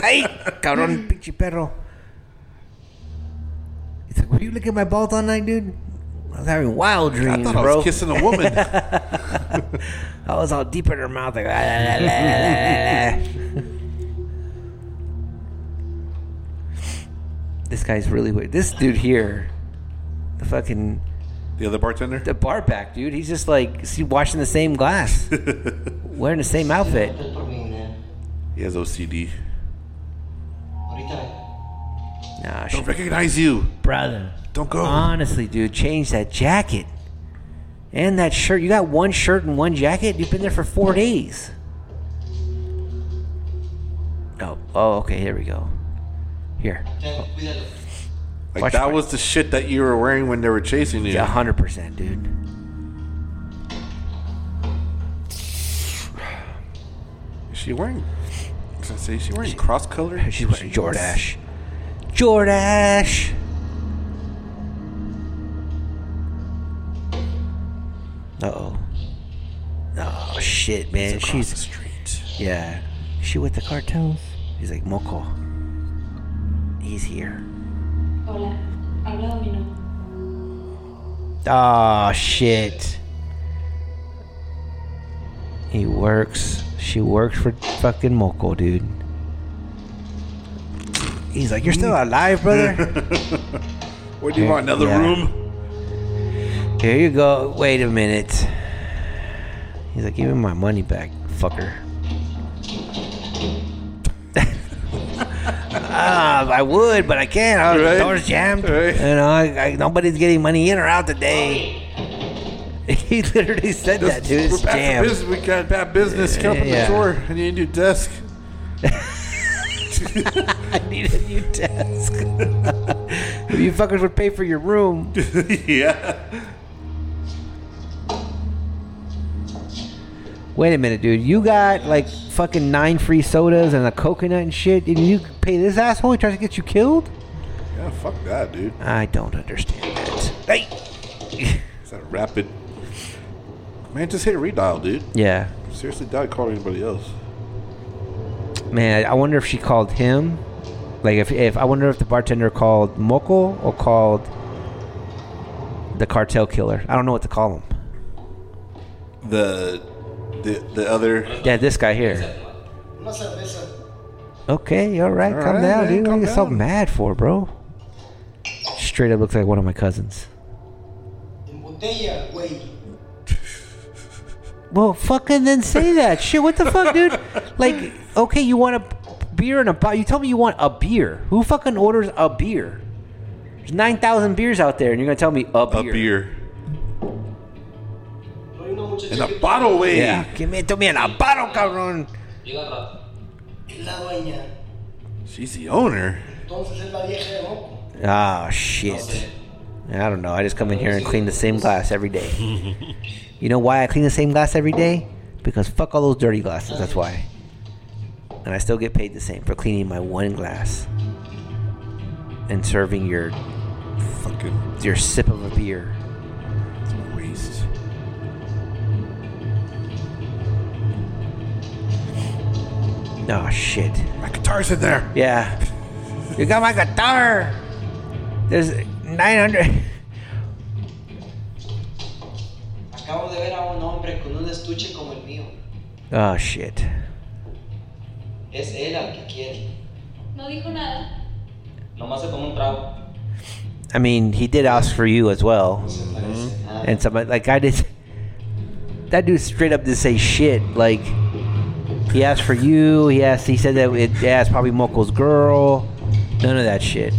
Speaker 9: hey, cabrón, pinche perro. He's like, were you looking at my balls all night, dude? I was having wild
Speaker 10: I
Speaker 9: dreams,
Speaker 10: thought
Speaker 9: bro.
Speaker 10: I was kissing a woman.
Speaker 9: I was all deep in her mouth, like. "Ah, la, la, la, la, la." this guy's really weird. This dude here, the fucking
Speaker 10: the other bartender?
Speaker 9: the bar back, dude. He's just like see, washing the same glass, wearing the same outfit.
Speaker 5: Ven por mí, nena.
Speaker 10: He has OCD.
Speaker 5: Ahorita ven.
Speaker 9: Nah,
Speaker 10: Don't
Speaker 9: shit.
Speaker 10: recognize you.
Speaker 9: brother.
Speaker 10: Don't go.
Speaker 9: Honestly, dude, change that jacket and that shirt. You got one shirt and one jacket. You've been there for four days. Oh, oh, okay. There we go. Here,
Speaker 5: Ten, cuídalo.
Speaker 10: Like
Speaker 9: Watch
Speaker 10: that
Speaker 9: my-
Speaker 10: was the shit that you were wearing when they were chasing you.
Speaker 9: yeah, hundred percent, dude.
Speaker 10: Is she wearing? Did I say is she wearing cross color?
Speaker 9: She's wearing Jordash. Jordash. Uh oh. Oh shit, man.
Speaker 10: She's the
Speaker 9: She's
Speaker 10: street.
Speaker 9: yeah. She with the cartels. He's like Moko. He's here.
Speaker 2: Hola, habla Dominó.
Speaker 9: Oh shit. He works. She works for fucking Moko, dude. He's like, you're still alive, brother.
Speaker 10: What do you want? Another
Speaker 9: Yeah.
Speaker 10: room?
Speaker 9: Here you go. Wait a minute. He's like, give me my money back, fucker. Ah, I would, but I can't. Oh,
Speaker 10: Right.
Speaker 9: The door's jammed.
Speaker 10: Right.
Speaker 9: You know, I, I, nobody's getting money in or out today. he literally said that, dude. It's
Speaker 10: we're bad for
Speaker 9: jammed.
Speaker 10: business. We got bad business. Get up in
Speaker 9: Yeah.
Speaker 10: the door. I need a new desk.
Speaker 9: I need a new desk. you fuckers would pay for your room.
Speaker 10: yeah.
Speaker 9: Wait a minute, dude. You got like fucking nine free sodas and a coconut and shit, and you pay this asshole he tries to get you killed?
Speaker 10: Yeah. Fuck that, dude.
Speaker 9: I don't understand that. Hey.
Speaker 10: Is that a rapid? Man, just hit redial, dude.
Speaker 9: yeah.
Speaker 10: Seriously, doubt calling anybody else.
Speaker 9: Man, I wonder if she called him. Like, if, if I wonder if the bartender called Moco or called the cartel killer. I don't know what to call him.
Speaker 10: The the the other.
Speaker 9: Yeah, this guy here.
Speaker 5: Una cerveza.
Speaker 9: Okay, all right,
Speaker 5: All
Speaker 9: calm
Speaker 5: right,
Speaker 9: down,
Speaker 5: man,
Speaker 9: dude. What
Speaker 5: calm
Speaker 9: are you so
Speaker 5: down.
Speaker 9: mad for, bro? Straight up looks like one of my cousins.
Speaker 5: Botella, güey.
Speaker 9: Well, fucking then say that shit. What the fuck, dude? Like, okay, you want a beer and a bottle. You tell me you want a beer. Who fucking orders a beer? There's nine thousand beers out there, and you're gonna tell me a beer. A
Speaker 10: beer. And a bottle, way.
Speaker 9: Yeah, give me, throw me in a bottle, cabrón.
Speaker 5: Es la dueña.
Speaker 10: She's the owner.
Speaker 5: Entonces es la vieja de Moco.
Speaker 9: Oh shit. I don't know. I just come in here and clean the same glass every day. you know why I clean the same glass every day? Because fuck all those dirty glasses. That's why. And I still get paid the same for cleaning my one glass and serving your
Speaker 10: fucking
Speaker 9: your sip of a beer.
Speaker 10: Waste.
Speaker 9: Oh shit.
Speaker 10: My guitar's in there.
Speaker 9: Yeah. You got my guitar. There's 900.
Speaker 13: Acabo de ver a un hombre con un estuche como el mío.
Speaker 9: Oh shit.
Speaker 13: Es él al que quiere.
Speaker 2: No dijo nada.
Speaker 13: Nomás se tomó un trago.
Speaker 9: I mean, he did ask for you as well.
Speaker 13: Ah.
Speaker 9: And somebody, like, I did. That dude straight up didn't say shit. Like, he asked for you. He asked, he said that it, yeah, it's probably Moko's girl. None of that shit.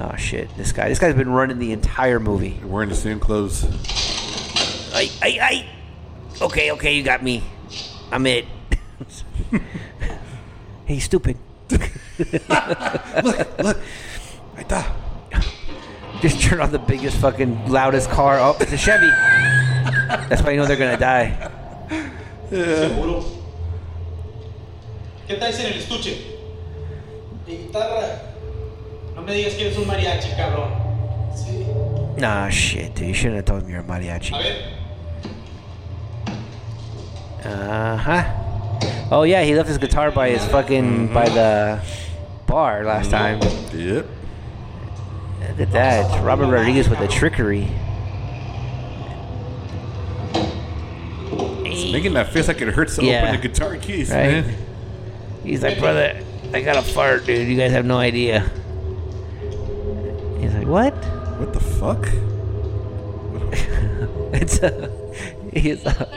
Speaker 9: Oh, shit. This guy, this guy's been running the entire movie.
Speaker 10: Wearing the same clothes.
Speaker 9: I, I, I. Okay, okay, you got me. I'm it. hey, stupid. look,
Speaker 10: look. I thought.
Speaker 9: Just turn on the biggest, fucking, loudest car. Oh, it's a Chevy. That's why you know they're gonna die.
Speaker 13: Seguro. ¿Qué traes en el estuche? Mi guitarra. No me digas que eres un mariachi, cabrón. Sí.
Speaker 9: Nah, shit, dude. You shouldn't have told me you're a mariachi.
Speaker 13: A ver.
Speaker 9: Uh huh. Oh yeah, he left his guitar by his fucking by the bar last time.
Speaker 10: Yep.
Speaker 9: Look at that, Robert Rodriguez with the trickery.
Speaker 10: It's making that face like it hurts to
Speaker 9: Yeah.
Speaker 10: open the guitar keys,
Speaker 9: Right.
Speaker 10: man.
Speaker 9: He's like, brother, I got a fart, dude. You guys have no idea. He's like, what?
Speaker 10: What the fuck?
Speaker 9: it's a. He's a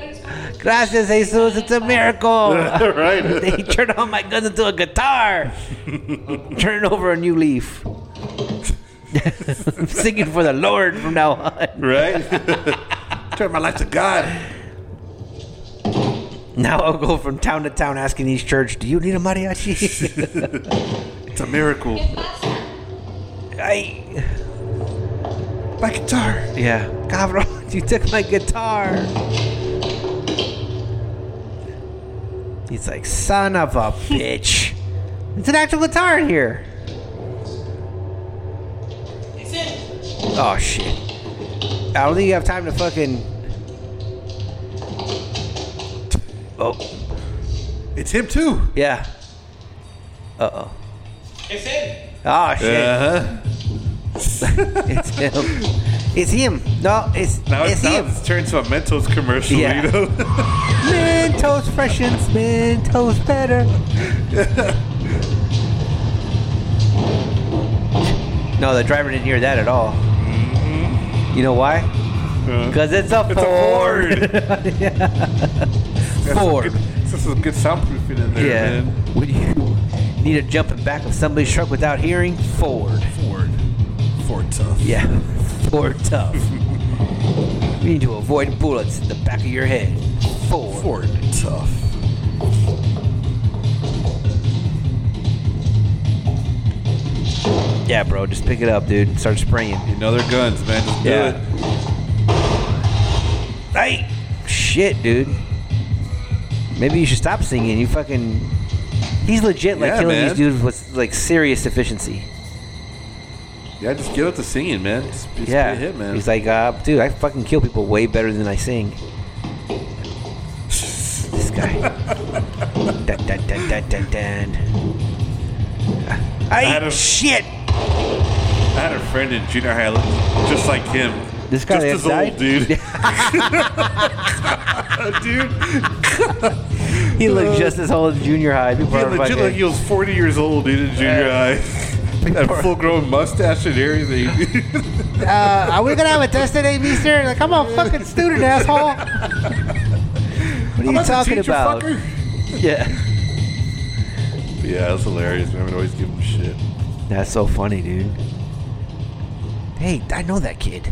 Speaker 9: Gracias, Jesus. It's a miracle.
Speaker 10: Right.
Speaker 9: he turned on my guns into a guitar. Turning over a new leaf. I'm singing for the Lord from now on.
Speaker 10: Right? Turn my life to God.
Speaker 9: Now I'll go from town to town asking each church, "Do you need a mariachi?"
Speaker 10: it's a miracle.
Speaker 9: I.
Speaker 10: My guitar.
Speaker 9: Yeah. Cabrón, you took my guitar. He's like, son of a bitch. It's an actual guitar in here.
Speaker 13: Es él.
Speaker 9: Oh shit. I don't think you have time to fucking. Oh.
Speaker 10: It's him too.
Speaker 9: Yeah. Uh oh.
Speaker 13: Es él.
Speaker 9: Oh shit.
Speaker 10: Uh-huh.
Speaker 9: it's him. It's him. No, it's
Speaker 10: Now
Speaker 9: it's
Speaker 10: it's, now
Speaker 9: him.
Speaker 10: it's turned to a Mentos commercial,
Speaker 9: Yeah.
Speaker 10: you know?
Speaker 9: Mentos freshens, Mentos better. no, the driver didn't hear that at all. You know why? Because Mm-hmm. it's a Ford.
Speaker 10: That's some
Speaker 9: Ford.
Speaker 10: good- This is some good soundproofing in there,
Speaker 9: yeah.
Speaker 10: man.
Speaker 9: When you need to jump in back of somebody's truck without hearing, Ford.
Speaker 10: Ford. Ford tough.
Speaker 9: Yeah. Ford tough. you need to avoid bullets in the back of your head. Ford.
Speaker 10: Ford tough.
Speaker 9: Yeah, bro. Just pick it up, dude. Start spraying.
Speaker 10: You know their guns, man. Just do
Speaker 9: Yeah. Hey, shit, dude. Maybe you should stop singing. You fucking. He's legit like
Speaker 10: Yeah,
Speaker 9: killing
Speaker 10: man.
Speaker 9: these dudes with like serious efficiency.
Speaker 10: it. Yeah, just give up the singing, man. Just, just
Speaker 9: yeah,
Speaker 10: get hit, man.
Speaker 9: he's like, uh, dude, I fucking kill people way better than I sing. This guy. Da, da, da, Dun, dun, dun, dun. I,
Speaker 10: had a,
Speaker 9: shit.
Speaker 10: I had a friend in junior high that looked just like him.
Speaker 9: This guy that
Speaker 10: just as
Speaker 9: died?
Speaker 10: old, dude.
Speaker 9: dude. he looked just as old as junior high. People
Speaker 10: He
Speaker 9: are
Speaker 10: legit
Speaker 9: fucking-
Speaker 10: like he was 40 years old, dude, in junior high. Had full grown mustache and everything.
Speaker 14: Uh, are we gonna have a test today, Mister? Like, I'm a fucking student, asshole. What
Speaker 9: are you talking about? Yeah.
Speaker 10: yeah, that's hilarious, man. I would always give him shit.
Speaker 9: That's so funny, dude. Hey, I know that kid.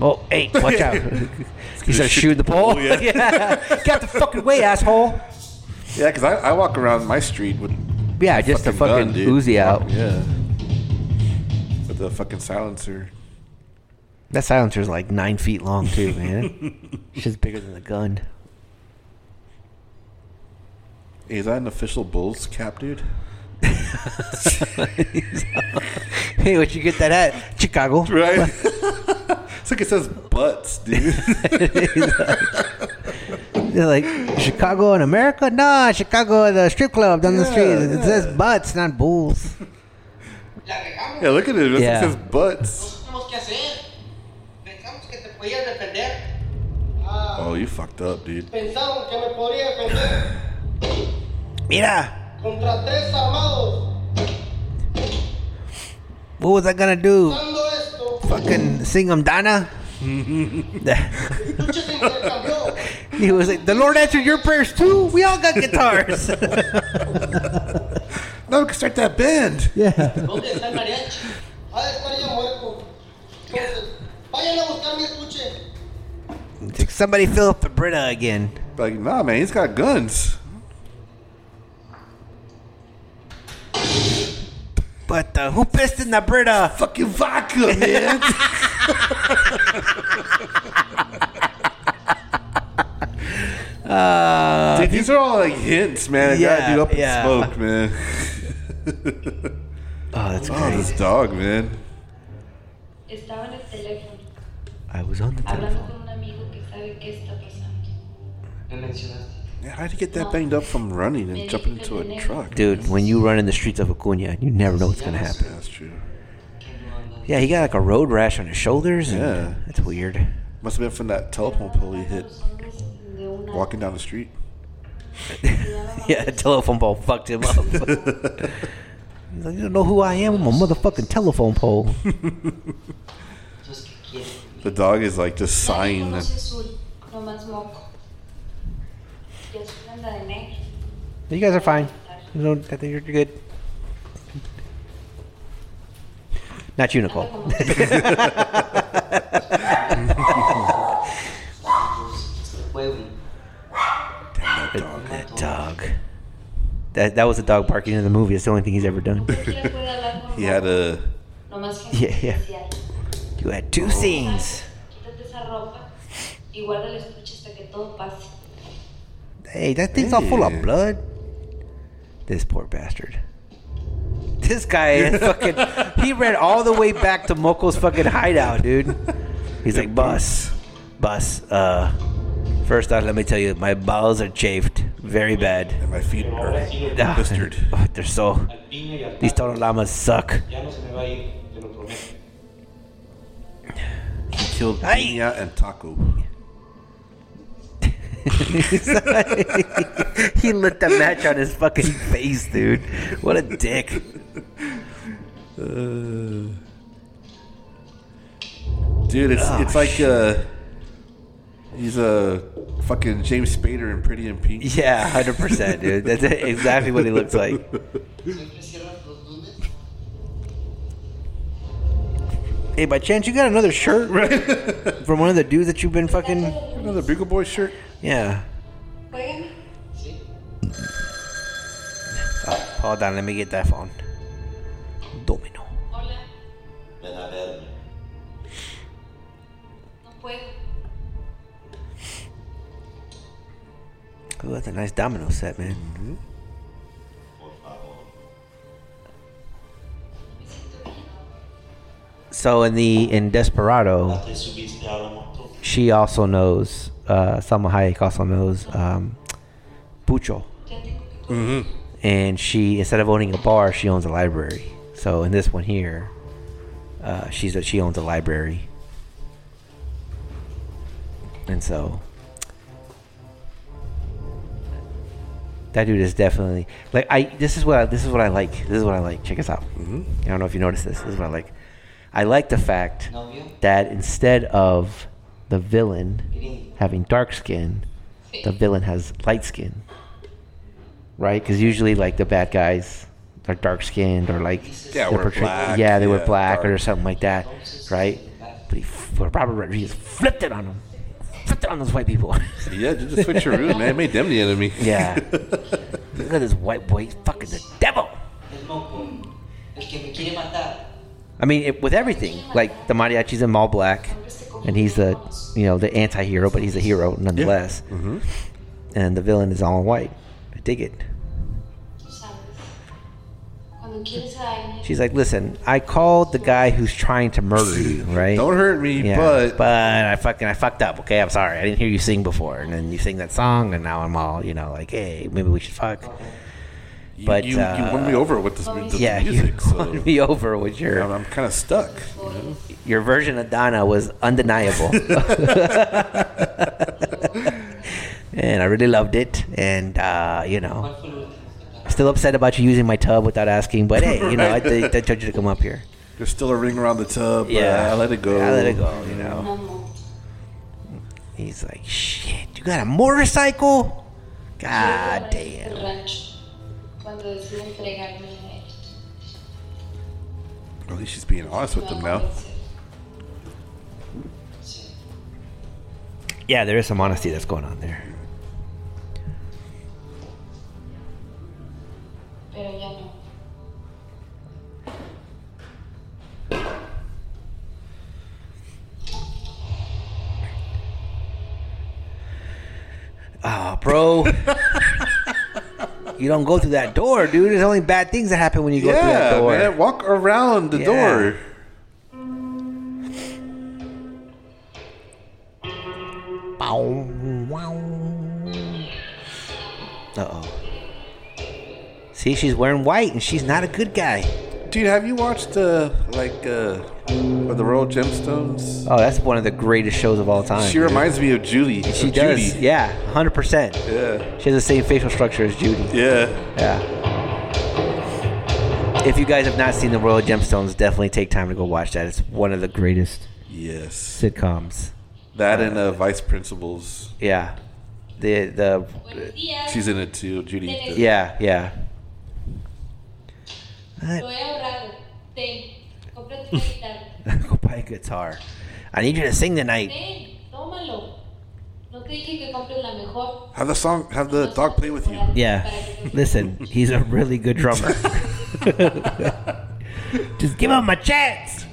Speaker 9: Oh, hey, watch out. He's gonna shoot the pole.
Speaker 10: yeah.
Speaker 9: yeah. Get out the fucking way, asshole.
Speaker 10: Yeah, because I, I walk around my street with.
Speaker 9: Yeah, just the fucking
Speaker 10: gun, dude.
Speaker 9: Uzi out.
Speaker 10: Yeah. With the fucking silencer.
Speaker 9: That silencer's like nine feet long, too, man. Shit's bigger than the gun.
Speaker 10: Hey, is that an official Bulls cap, dude?
Speaker 9: hey, where'd you get that at? Chicago.
Speaker 10: Right? it's like it says butts, dude.
Speaker 9: They're like, Chicago in America? No, Chicago, the strip club down the
Speaker 10: Yeah,
Speaker 9: street. It
Speaker 10: yeah.
Speaker 9: says butts, not bulls.
Speaker 10: yeah, look at it. It
Speaker 9: Yeah.
Speaker 10: says butts.
Speaker 13: tenemos que hacer? Pensamos que te podías defender.
Speaker 10: Oh, you fucked up, dude.
Speaker 5: Pensaron que me podría defender
Speaker 9: Mira,
Speaker 5: contra tres armados.
Speaker 9: what was I gonna do? Fucking sing him Donna? he was like, the Lord answered your prayers too. We all got guitars.
Speaker 10: no, we can start that band.
Speaker 5: ¿Dónde está el mariachi? Ha de estar ya muerto. Entonces, vayan a buscar mi estuche.
Speaker 9: It's like, Somebody fill up the Brita again.
Speaker 10: Like, nah, man, he's got guns.
Speaker 9: But uh, who pissed in the Brita?
Speaker 10: Fucking vodka, man.
Speaker 9: uh,
Speaker 10: dude, these are all like hints, man. Yeah,
Speaker 9: Yeah,
Speaker 10: dude up in
Speaker 9: yeah.
Speaker 10: smoke, man.
Speaker 9: oh, that's
Speaker 10: oh, this dog, man.
Speaker 2: Estaba en el teléfono,
Speaker 9: I was on the telephone.
Speaker 2: hablando con un amigo que sabe qué está pasando.
Speaker 13: Me mencionaste.
Speaker 10: Yeah, how'd you get that banged up from running and jumping into a truck?
Speaker 9: Dude, when you run in the streets of Acuna, you never know what's gonna happen.
Speaker 10: That's true.
Speaker 9: Yeah, he got like a road rash on his shoulders. And
Speaker 10: Yeah.
Speaker 9: that's weird.
Speaker 10: Must have been from that telephone pole he hit walking down the street.
Speaker 9: yeah, the telephone pole fucked him up. He's like, you don't know who I am? I'm a motherfucking telephone pole.
Speaker 10: The dog is like just sighing.
Speaker 2: No
Speaker 10: and-
Speaker 2: es azul, nomás moco. Y azul anda de negro.
Speaker 9: You guys are fine. You don't, I think you're good. Not you, Nicole.
Speaker 11: Pues,
Speaker 13: Huevo.
Speaker 9: that dog. That, that was a dog barking in the movie. It's the only thing he's ever done.
Speaker 10: he had a.
Speaker 2: Nomás que
Speaker 9: Yeah, yeah.
Speaker 2: especial.
Speaker 9: You had two scenes.
Speaker 2: Quítate esa ropa y guarda el estuche hasta que todo pase.
Speaker 9: Hey, that thing's all full
Speaker 10: Hey.
Speaker 9: of blood. This poor bastard. This guy is fucking. he ran all the way back to Moko's fucking hideout, dude. He's like, boss, boss. Uh, first off, let me tell you, my bowels are chafed very bad. And
Speaker 10: my feet are
Speaker 9: Ah,
Speaker 10: blistered.
Speaker 9: oh, they're so. These total llamas suck.
Speaker 13: Ya no se me va a ir, te lo prometo.
Speaker 10: He killed Pina and Taco.
Speaker 9: he lit the match on his fucking face, dude. What a dick.
Speaker 10: Uh, dude, it's
Speaker 9: Oh,
Speaker 10: it's like uh, he's a fucking James Spader in Pretty in Pink.
Speaker 9: Yeah, hundred percent, dude. That's exactly what he looks like. Hey, by chance, you got another shirt, right? From one of the dudes that you've been fucking.
Speaker 10: Another Bugle Boy shirt.
Speaker 9: Yeah.
Speaker 2: Juégame. Sí.
Speaker 9: Oh, hold on, let me get that phone. Domino.
Speaker 2: Hola,
Speaker 11: Ven a verme.
Speaker 2: no puedo.
Speaker 9: Ooh, that's a nice domino set, man.
Speaker 11: Por favor.
Speaker 9: It's So in the in Desperado,
Speaker 11: Te subiste a la moto.
Speaker 9: she also knows. Uh, Salma Hayek also knows um, Pucho,
Speaker 15: Mm-hmm.
Speaker 9: and she instead of owning a bar, she owns a library. So in this one here, uh, she's a, she owns a library, and so that dude is definitely like I. This is what I, this is what I like. This is what I like. Check us out.
Speaker 15: Mhm.
Speaker 9: I don't know if you noticed this. This is what I like. I like the fact
Speaker 13: No view?
Speaker 9: that instead of the villain having dark skin, the villain has light skin. Right? Because usually, like the bad guys are dark skinned or like
Speaker 10: Yeah,
Speaker 9: they're
Speaker 10: we're
Speaker 9: portrayed-
Speaker 10: black,
Speaker 9: yeah, they were
Speaker 10: yeah,
Speaker 9: black or
Speaker 10: dark.
Speaker 9: something like that, right? But he, f- Robert Rodriguez flipped it on them, flipped it on those white people.
Speaker 10: Yeah, did the switcheroo, man. Made them the enemy.
Speaker 9: Yeah. Look at this white boy, he's fucking the devil.
Speaker 13: El moco. El que me quiere matar.
Speaker 9: I mean, it, with everything, like the mariachi's in all black, and he's the you know the anti-hero, but he's a hero nonetheless.
Speaker 15: Mhm.
Speaker 9: And the villain is all in white. I dig it.
Speaker 2: Tú sabes. Cuando quieres a alguien.
Speaker 9: She's like, listen, I called the guy who's trying to murder you, right? Don't
Speaker 10: hurt me,
Speaker 9: but but I fucking I fucked up. Okay, I'm sorry. I didn't hear you sing before, and then you sing that song, and now I'm all you know like, hey, maybe we should fuck. But uh,
Speaker 10: you- you won me over with this mu- this
Speaker 9: yeah,
Speaker 10: music,
Speaker 9: you
Speaker 10: so-
Speaker 9: won me over with your.
Speaker 10: I'm, I'm kind of stuck. you know?
Speaker 9: Your version of Donna was undeniable. and I really loved it. And, uh, you know, I'm still upset about you using my tub without asking, but hey, you know, I, did- I told you to come up here.
Speaker 10: There's still a ring around the tub.
Speaker 9: Yeah.
Speaker 10: Yeah, I let it go.
Speaker 9: I let it go, you know. He's like, shit, you got a motorcycle? God Ah, damn.
Speaker 2: El rancho. Cuando decide entregarme a él.
Speaker 10: At least she's being honest with them now.
Speaker 9: Yeah, there is some honesty that's going on there.
Speaker 2: Pero ya no.
Speaker 9: Ah, bro. you don't go through that door, dude. There's only bad things that happen when you go through that
Speaker 10: Yeah,
Speaker 9: door.
Speaker 10: man. Walk around the
Speaker 9: Yeah.
Speaker 10: door.
Speaker 9: Uh oh. See, she's wearing white and she's not a good guy.
Speaker 10: Dude, have you watched uh like uh or the Royal Gemstones?
Speaker 9: Oh, that's one of the greatest shows of all time.
Speaker 10: She reminds me of Julie.
Speaker 9: She
Speaker 10: of
Speaker 9: does.
Speaker 10: Judy.
Speaker 9: Yeah, hundred percent.
Speaker 10: Yeah.
Speaker 9: She has the same facial structure as Judy.
Speaker 10: Yeah.
Speaker 9: Yeah. If you guys have not seen the Royal Gemstones, definitely take time to go watch that. It's one of the greatest
Speaker 10: Yes.
Speaker 9: sitcoms.
Speaker 10: That and uh, Vice Principals.
Speaker 9: Yeah. The the
Speaker 10: She's in it too, Judy. does.
Speaker 9: yeah yeah.
Speaker 2: Lo he ahorrado. Ten. Cómprate una guitarra.
Speaker 9: go buy a guitar. I need you to sing tonight.
Speaker 2: Ten. Tómalo. No te dije que compres la mejor.
Speaker 10: Have the song. Have the dog play with you.
Speaker 9: Yeah. Listen, he's a really good drummer. Just give him a chance.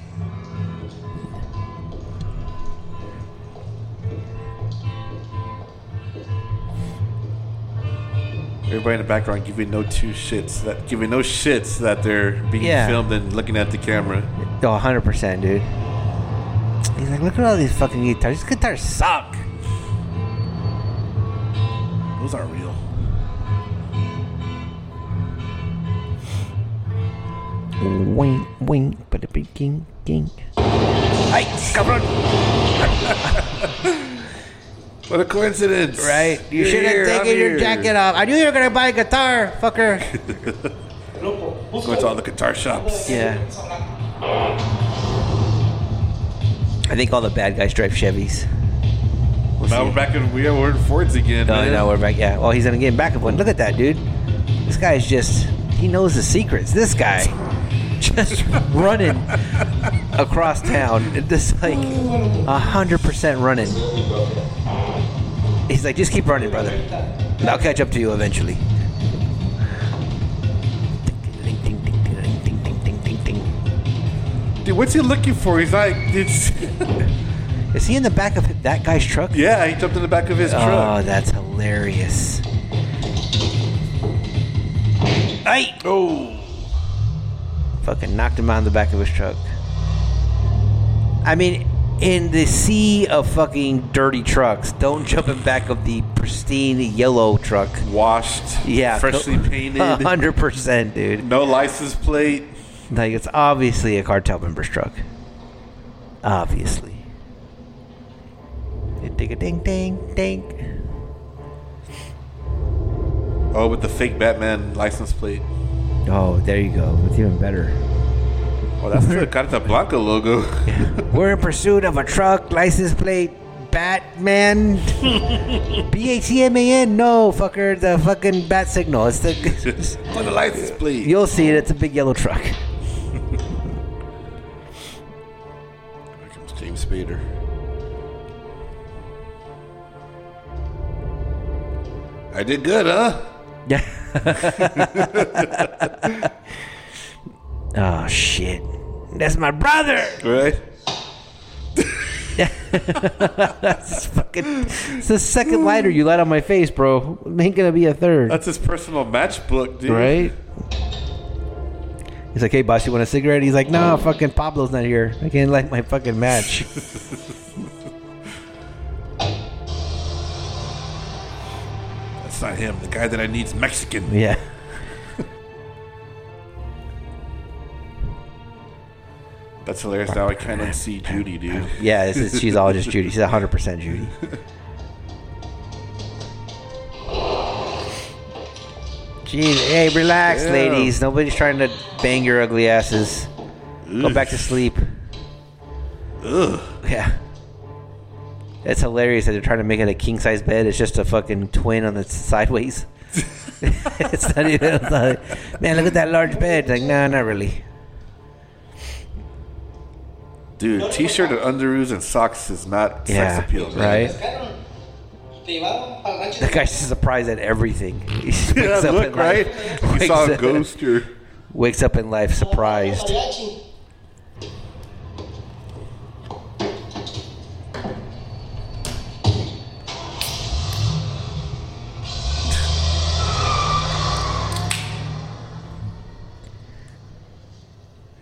Speaker 10: Everybody in the background giving no two shits that giving no shits that they're being
Speaker 9: Yeah.
Speaker 10: filmed and looking at the camera.
Speaker 9: Oh, 100%, dude. He's like, look at all these fucking guitars. These guitars suck.
Speaker 10: Those aren't real.
Speaker 9: Wing, wing, but a big king, king. Hey, cabrón.
Speaker 10: What a coincidence,
Speaker 9: right? You should have taken your jacket off. I knew you were gonna buy a guitar, fucker.
Speaker 10: Go to all the guitar shops.
Speaker 9: Yeah. I think all the bad guys drive Chevys. We'll
Speaker 10: now
Speaker 9: see.
Speaker 10: we're back in we are we're in Fords again.
Speaker 9: No,
Speaker 10: man.
Speaker 9: no, we're back. Yeah. Well, he's gonna get back up one. Look at that, dude. This guy's just—he knows the secrets. This guy, just running across town, just like hundred percent running. He's like, just keep running, brother. I'll catch up to you eventually.
Speaker 10: Dude, what's he looking for? He's like, it's
Speaker 9: Is he in the back of that guy's truck?
Speaker 10: yeah. He jumped in the back of his truck.
Speaker 9: Oh, that's hilarious. Hey!
Speaker 10: Oh.
Speaker 9: Fucking knocked him out in the back of his truck. I mean, in the sea of fucking dirty trucks, don't jump in back of the pristine yellow truck.
Speaker 10: Washed.
Speaker 9: Yeah.
Speaker 10: freshly painted.
Speaker 9: 100%, dude.
Speaker 10: No license plate.
Speaker 9: Like, it's obviously a cartel member's truck. Obviously. Ding a ding ding ding.
Speaker 10: Oh, with the fake Batman license plate.
Speaker 9: Oh, there you go. It's even better.
Speaker 10: Oh, that's the Carta Blanca logo.
Speaker 9: We're in pursuit of a truck, license plate, Batman. B H E M A N. No, fucker. The fucking bat signal. It's the.
Speaker 10: On the license plate.
Speaker 9: You'll see it. It's a big yellow truck.
Speaker 10: Here comes James Spader. I did good, huh?
Speaker 9: Yeah. oh shit. That's my brother.
Speaker 10: Right?
Speaker 9: That's fucking. It's the second lighter you light on my face, bro. Ain't gonna be a third,
Speaker 10: That's his personal matchbook, dude.
Speaker 9: right? He's like, "Hey, boss, you want a cigarette?" He's like, "No, fucking Pablo's not here. I can't light my fucking match."
Speaker 10: That's not him. The guy that I need's Mexican.
Speaker 9: yeah.
Speaker 10: That's hilarious. Now I can't unsee Judy, dude.
Speaker 9: Yeah, this is, she's all just Judy. She's 100% Judy. Jeez, hey, relax,
Speaker 10: Yeah.
Speaker 9: ladies. Nobody's trying to bang your ugly asses. Go back to sleep.
Speaker 10: Ugh.
Speaker 9: Yeah. It's hilarious that they're trying to make it a king size bed. It's just a fucking twin on the sideways. it's not even. It's not, man, look at that large bed. Like, no, not really.
Speaker 10: Dude, t-shirt and underoos and socks is not
Speaker 9: Yeah,
Speaker 10: sex appeal, man.
Speaker 9: right?
Speaker 5: Te llevaron para el rancho.
Speaker 9: The guy's just surprised at everything. He just
Speaker 10: Yeah,
Speaker 9: wakes up
Speaker 10: look,
Speaker 9: in
Speaker 10: right?
Speaker 9: life.
Speaker 10: You
Speaker 9: wakes
Speaker 10: saw a
Speaker 9: up-
Speaker 10: ghost or...
Speaker 9: Wakes up in life surprised.
Speaker 5: Mariachi.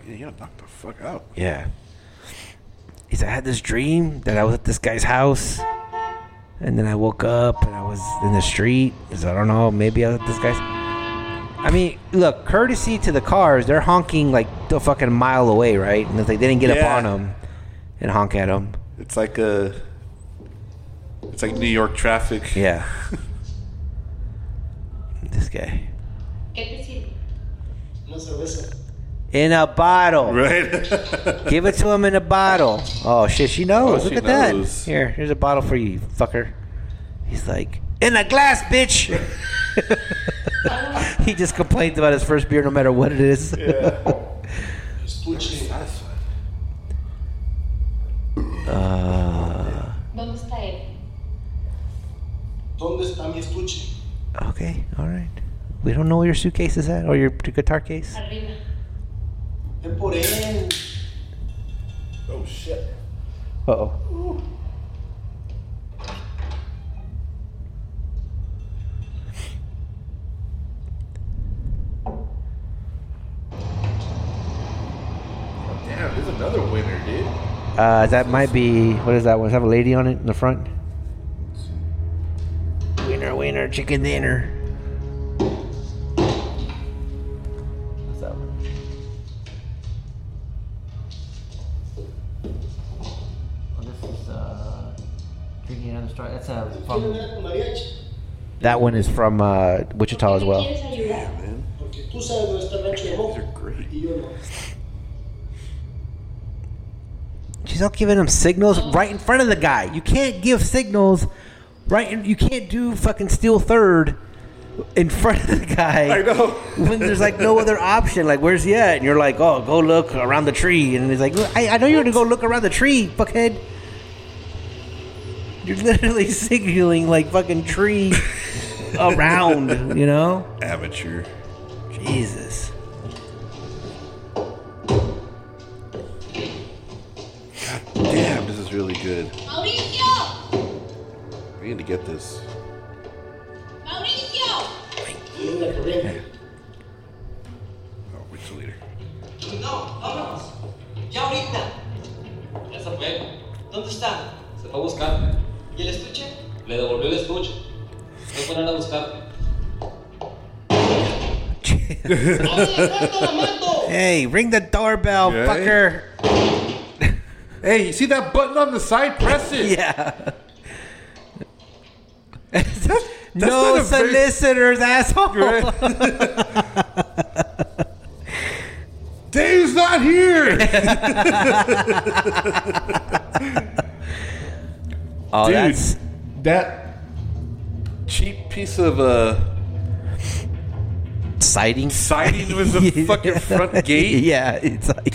Speaker 10: Yeah, you gotta knock the fuck out.
Speaker 9: Yeah. He's like, I had this dream that I was at this guy's house. And then I woke up and I was in the street. He's like, I don't know, maybe I was at this guy's. I mean, look, courtesy to the cars, they're honking like the fucking mile away, right? And it's like they didn't get
Speaker 10: Yeah.
Speaker 9: up on him and honk at him.
Speaker 10: It's like a... It's like New York traffic.
Speaker 9: Yeah. this guy.
Speaker 2: ¿Qué te sirve?
Speaker 5: No cerveza.
Speaker 9: In a bottle.
Speaker 10: Right?
Speaker 9: Give it to him in a bottle. Oh shit, she knows.
Speaker 10: Oh,
Speaker 9: Look
Speaker 10: she
Speaker 9: at
Speaker 10: knows.
Speaker 9: that. Here, here's a bottle for you, you fucker. He's like, in a glass, bitch. he just complains about his first beer, no matter what it is.
Speaker 5: Estuche.
Speaker 9: uh,
Speaker 2: ¿Dónde está él?
Speaker 5: ¿Dónde está mi estuche?
Speaker 9: okay, all right. We don't know where your suitcase is at or your guitar case.
Speaker 2: Arriba.
Speaker 5: Ven por él.
Speaker 10: Oh, shit.
Speaker 9: Uh oh.
Speaker 10: Damn, there's another winner, dude.
Speaker 9: Uh, that might be what is that one? Does it have a lady on it in the front? Winner, winner, chicken dinner. What's that one? Oh, this is uh, drinking another story. That's uh, a
Speaker 5: Quiero hablar con mariachi.
Speaker 9: That one is from uh, Wichita as
Speaker 2: ¿Me
Speaker 9: well.
Speaker 2: ¿Quieres ayudar?
Speaker 5: Porque tú sabes dónde está el rancho de Moco. Y yo no.
Speaker 9: She's all giving him signals right in front of the guy. You can't give signals right. In, you can't do fucking steal third in front of the guy.
Speaker 10: I know.
Speaker 9: when there's like no other option. Like, where's he at? And you're like, oh, go look around the tree. And he's like, "Look, I, I know you're gonna go look around the tree, fuckhead. You're literally signaling like fucking tree around. You know.
Speaker 10: Amateur.
Speaker 9: Jesus.
Speaker 10: Damn, this is really good.
Speaker 2: ¡Mauricio!
Speaker 10: We need to get this.
Speaker 2: ¡Mauricio!
Speaker 5: Y yo la que venga.
Speaker 10: Oh, wait till later.
Speaker 13: No, vámonos. Ya ahorita.
Speaker 16: se fue. ¿Dónde está? Se fue a buscar.
Speaker 17: ¿Y el estuche?
Speaker 16: Le devolvió el estuche. Se fueron a buscar.
Speaker 18: hey, ring the doorbell,
Speaker 10: Yeah.
Speaker 18: fucker.
Speaker 10: Hey, you see that button on the side? Press it.
Speaker 18: Yeah.
Speaker 10: not
Speaker 18: no
Speaker 10: a very-
Speaker 18: solicitors, asshole.
Speaker 10: Dave's not here.
Speaker 9: Oh,
Speaker 10: Dude,
Speaker 9: that's
Speaker 10: that cheap piece of uh,
Speaker 9: siding.
Speaker 10: siding was the fucking front gate.
Speaker 9: Yeah, it's like.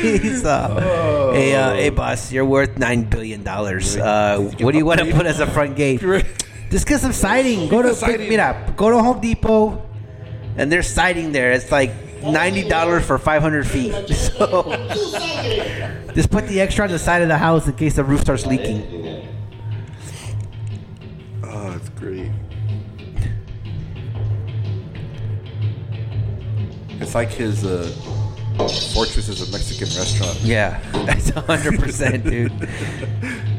Speaker 9: He's, uh, Hey,
Speaker 10: Oh.
Speaker 9: uh, hey, boss, you're worth nine billion dollars. Uh, what do you want to put as a front gate? Just get some siding. Go to pick it up. Go to Home Depot, and there's siding there. It's like ninety dollars for five hundred feet. So just put the extra on the side of the house in case the roof starts leaking.
Speaker 10: Oh, that's great. It's like his uh, fortress is a Mexican restaurant.
Speaker 9: Yeah, that's hundred percent, dude.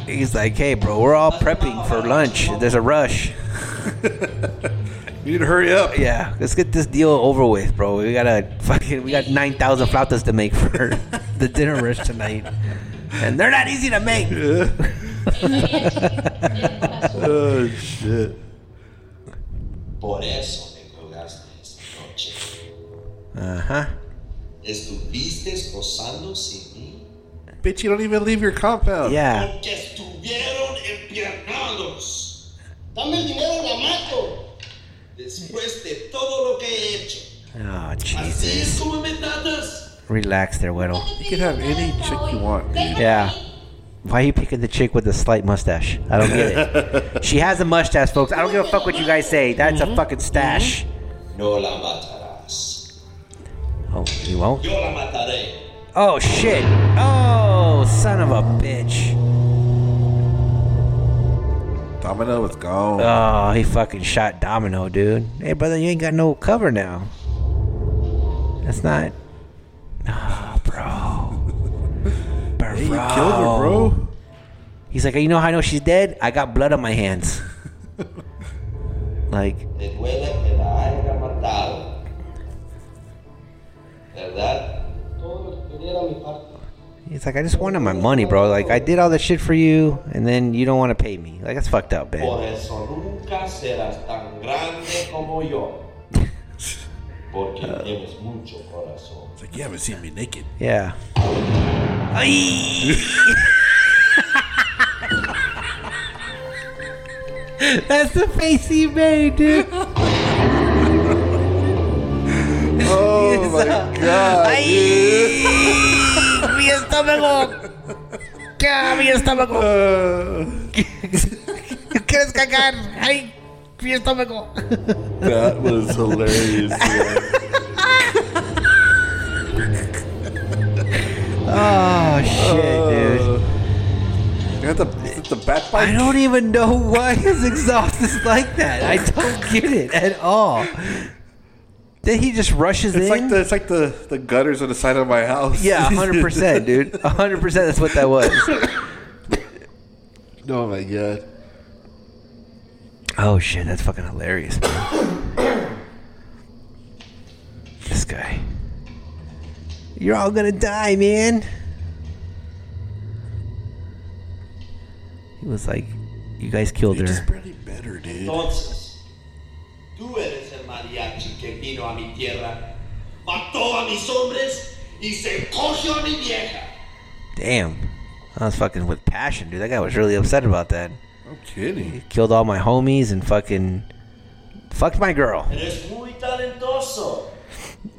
Speaker 9: He's like, hey, bro, we're all prepping for lunch. There's a rush.
Speaker 10: You need to hurry up.
Speaker 9: Yeah, let's get this deal over with, bro. We gotta fucking we got nine thousand flautas to make for the dinner rush tonight, and they're not easy to make.
Speaker 10: oh shit.
Speaker 5: Por eso te colgaste esta noche.
Speaker 9: Uh huh.
Speaker 5: Estuviste gozando sin mí.
Speaker 10: Bitch, you don't even leave your compound.
Speaker 9: Yeah.
Speaker 5: Porque estuvieron empiernados.
Speaker 17: Dame el dinero, la mato.
Speaker 5: Después de todo lo que he hecho.
Speaker 9: Oh
Speaker 5: Así
Speaker 9: Jesus.
Speaker 5: es como me tratas.
Speaker 9: Relax there, Whittle.
Speaker 10: You can have any chick you want. dude.
Speaker 9: Yeah. Why are you picking the chick with the slight mustache? I don't get it. she has a mustache, folks. I don't give a fuck what you guys say. That's a fucking stash.
Speaker 5: No la matarás.
Speaker 9: Oh, you won't.
Speaker 5: Yo la mataré.
Speaker 9: Oh shit! Oh, son of a bitch!
Speaker 10: Domino was gone.
Speaker 9: Oh, he fucking shot Domino, dude. Hey, brother, you ain't got no cover now. That's not. Oh, bro. bro.
Speaker 10: Hey, you killed her,
Speaker 9: oh.
Speaker 10: bro.
Speaker 9: He's like, you know how I know she's dead? I got blood on my hands. like,
Speaker 5: Te duele que la haya matado. ¿Verdad?
Speaker 17: Todo lo que quería era mi parte.
Speaker 9: he's like, I just wanted my money, bro. Like, I did all this shit for you, and then you don't want to pay me. Like, that's fucked up,
Speaker 5: Por
Speaker 9: man.
Speaker 5: eso nunca serás tan grande como yo. Porque tienes mucho corazón.
Speaker 10: It's like you haven't seen me naked.
Speaker 9: Yeah. That's the face he made, dude.
Speaker 10: Oh my god.
Speaker 9: ¡Ay! ¡Mi estómago! ¡Ah, mi estómago!
Speaker 10: Uh,
Speaker 9: ¿Quieres cagar? ¡Ay! ¡Mi estómago!
Speaker 10: That was hilarious. man.
Speaker 9: Oh, shit, dude.
Speaker 10: You got the, is it the bat
Speaker 9: I
Speaker 10: bite?
Speaker 9: don't even know why his exhaust is like that. I don't get it at all. Then he just rushes
Speaker 10: It's
Speaker 9: in.
Speaker 10: like the it's like the, the gutters on the side of my house.
Speaker 9: yeah, 100%, dude. 100% that's what that was.
Speaker 10: oh my god.
Speaker 9: Oh shit, that's fucking hilarious. man. this guy. You're all gonna die, man. He was like, "You guys killed
Speaker 10: It's
Speaker 9: her."
Speaker 10: barely better, dude.
Speaker 5: Entonces, tú eres el mariachi que vino a mi tierra, mató a mis hombres y se cogió a mi vieja.
Speaker 9: Damn, that was fucking with passion, dude. That guy was really upset about that.
Speaker 10: I'm kidding.
Speaker 9: Killed all my homies and fucking fucked my girl.
Speaker 5: Eres muy talentoso.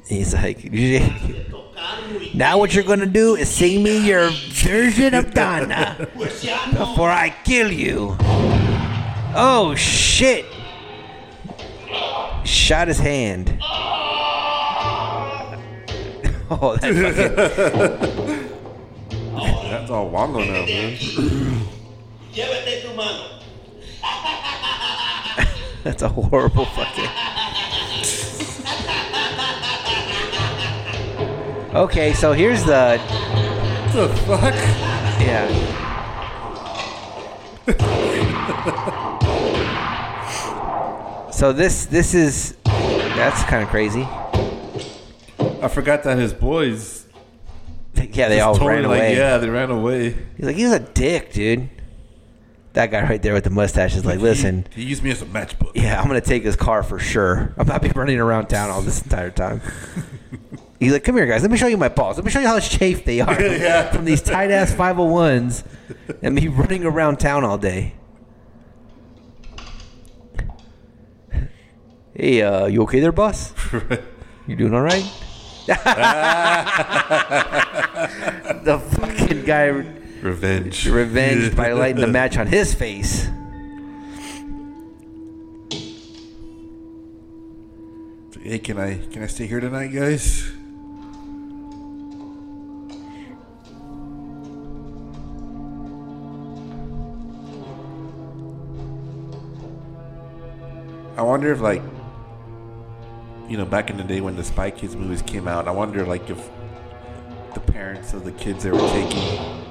Speaker 9: He's like,
Speaker 5: De tocar muy
Speaker 9: Now what you're gonna do is sing me your version of Donna before I kill you. Oh shit! Shot his hand. Oh, that fucking
Speaker 10: That's all Wongo now, man.
Speaker 5: Llévate tu mano.
Speaker 9: that's a horrible fucking. Okay, so here's the.
Speaker 15: The fuck?
Speaker 9: Yeah. so this this is that's kind of crazy.
Speaker 10: I forgot that his boys.
Speaker 9: Yeah, they
Speaker 10: just
Speaker 9: all
Speaker 10: totally
Speaker 9: ran
Speaker 10: like,
Speaker 9: away.
Speaker 10: yeah, they ran away.
Speaker 9: He's like, he's a dick, dude. That guy right there with the mustache is like, listen,
Speaker 10: He used me as a matchbook.
Speaker 9: yeah, I'm gonna take his car for sure. I'm not be running around town all this entire time. He's like, come here, guys. Let me show you my balls. Let me show you how chafed they are
Speaker 10: Yeah.
Speaker 9: from these tight ass 501s and me running around town all day. Hey, uh, you okay there, boss? you doing all right? the fucking guy
Speaker 10: revenge
Speaker 9: revenge by lighting the match on his face.
Speaker 10: Hey, can I can I stay here tonight, guys? I wonder if like you know back in the day when the Spy Kids movies came out, I wonder like if the parents of the kids they were taking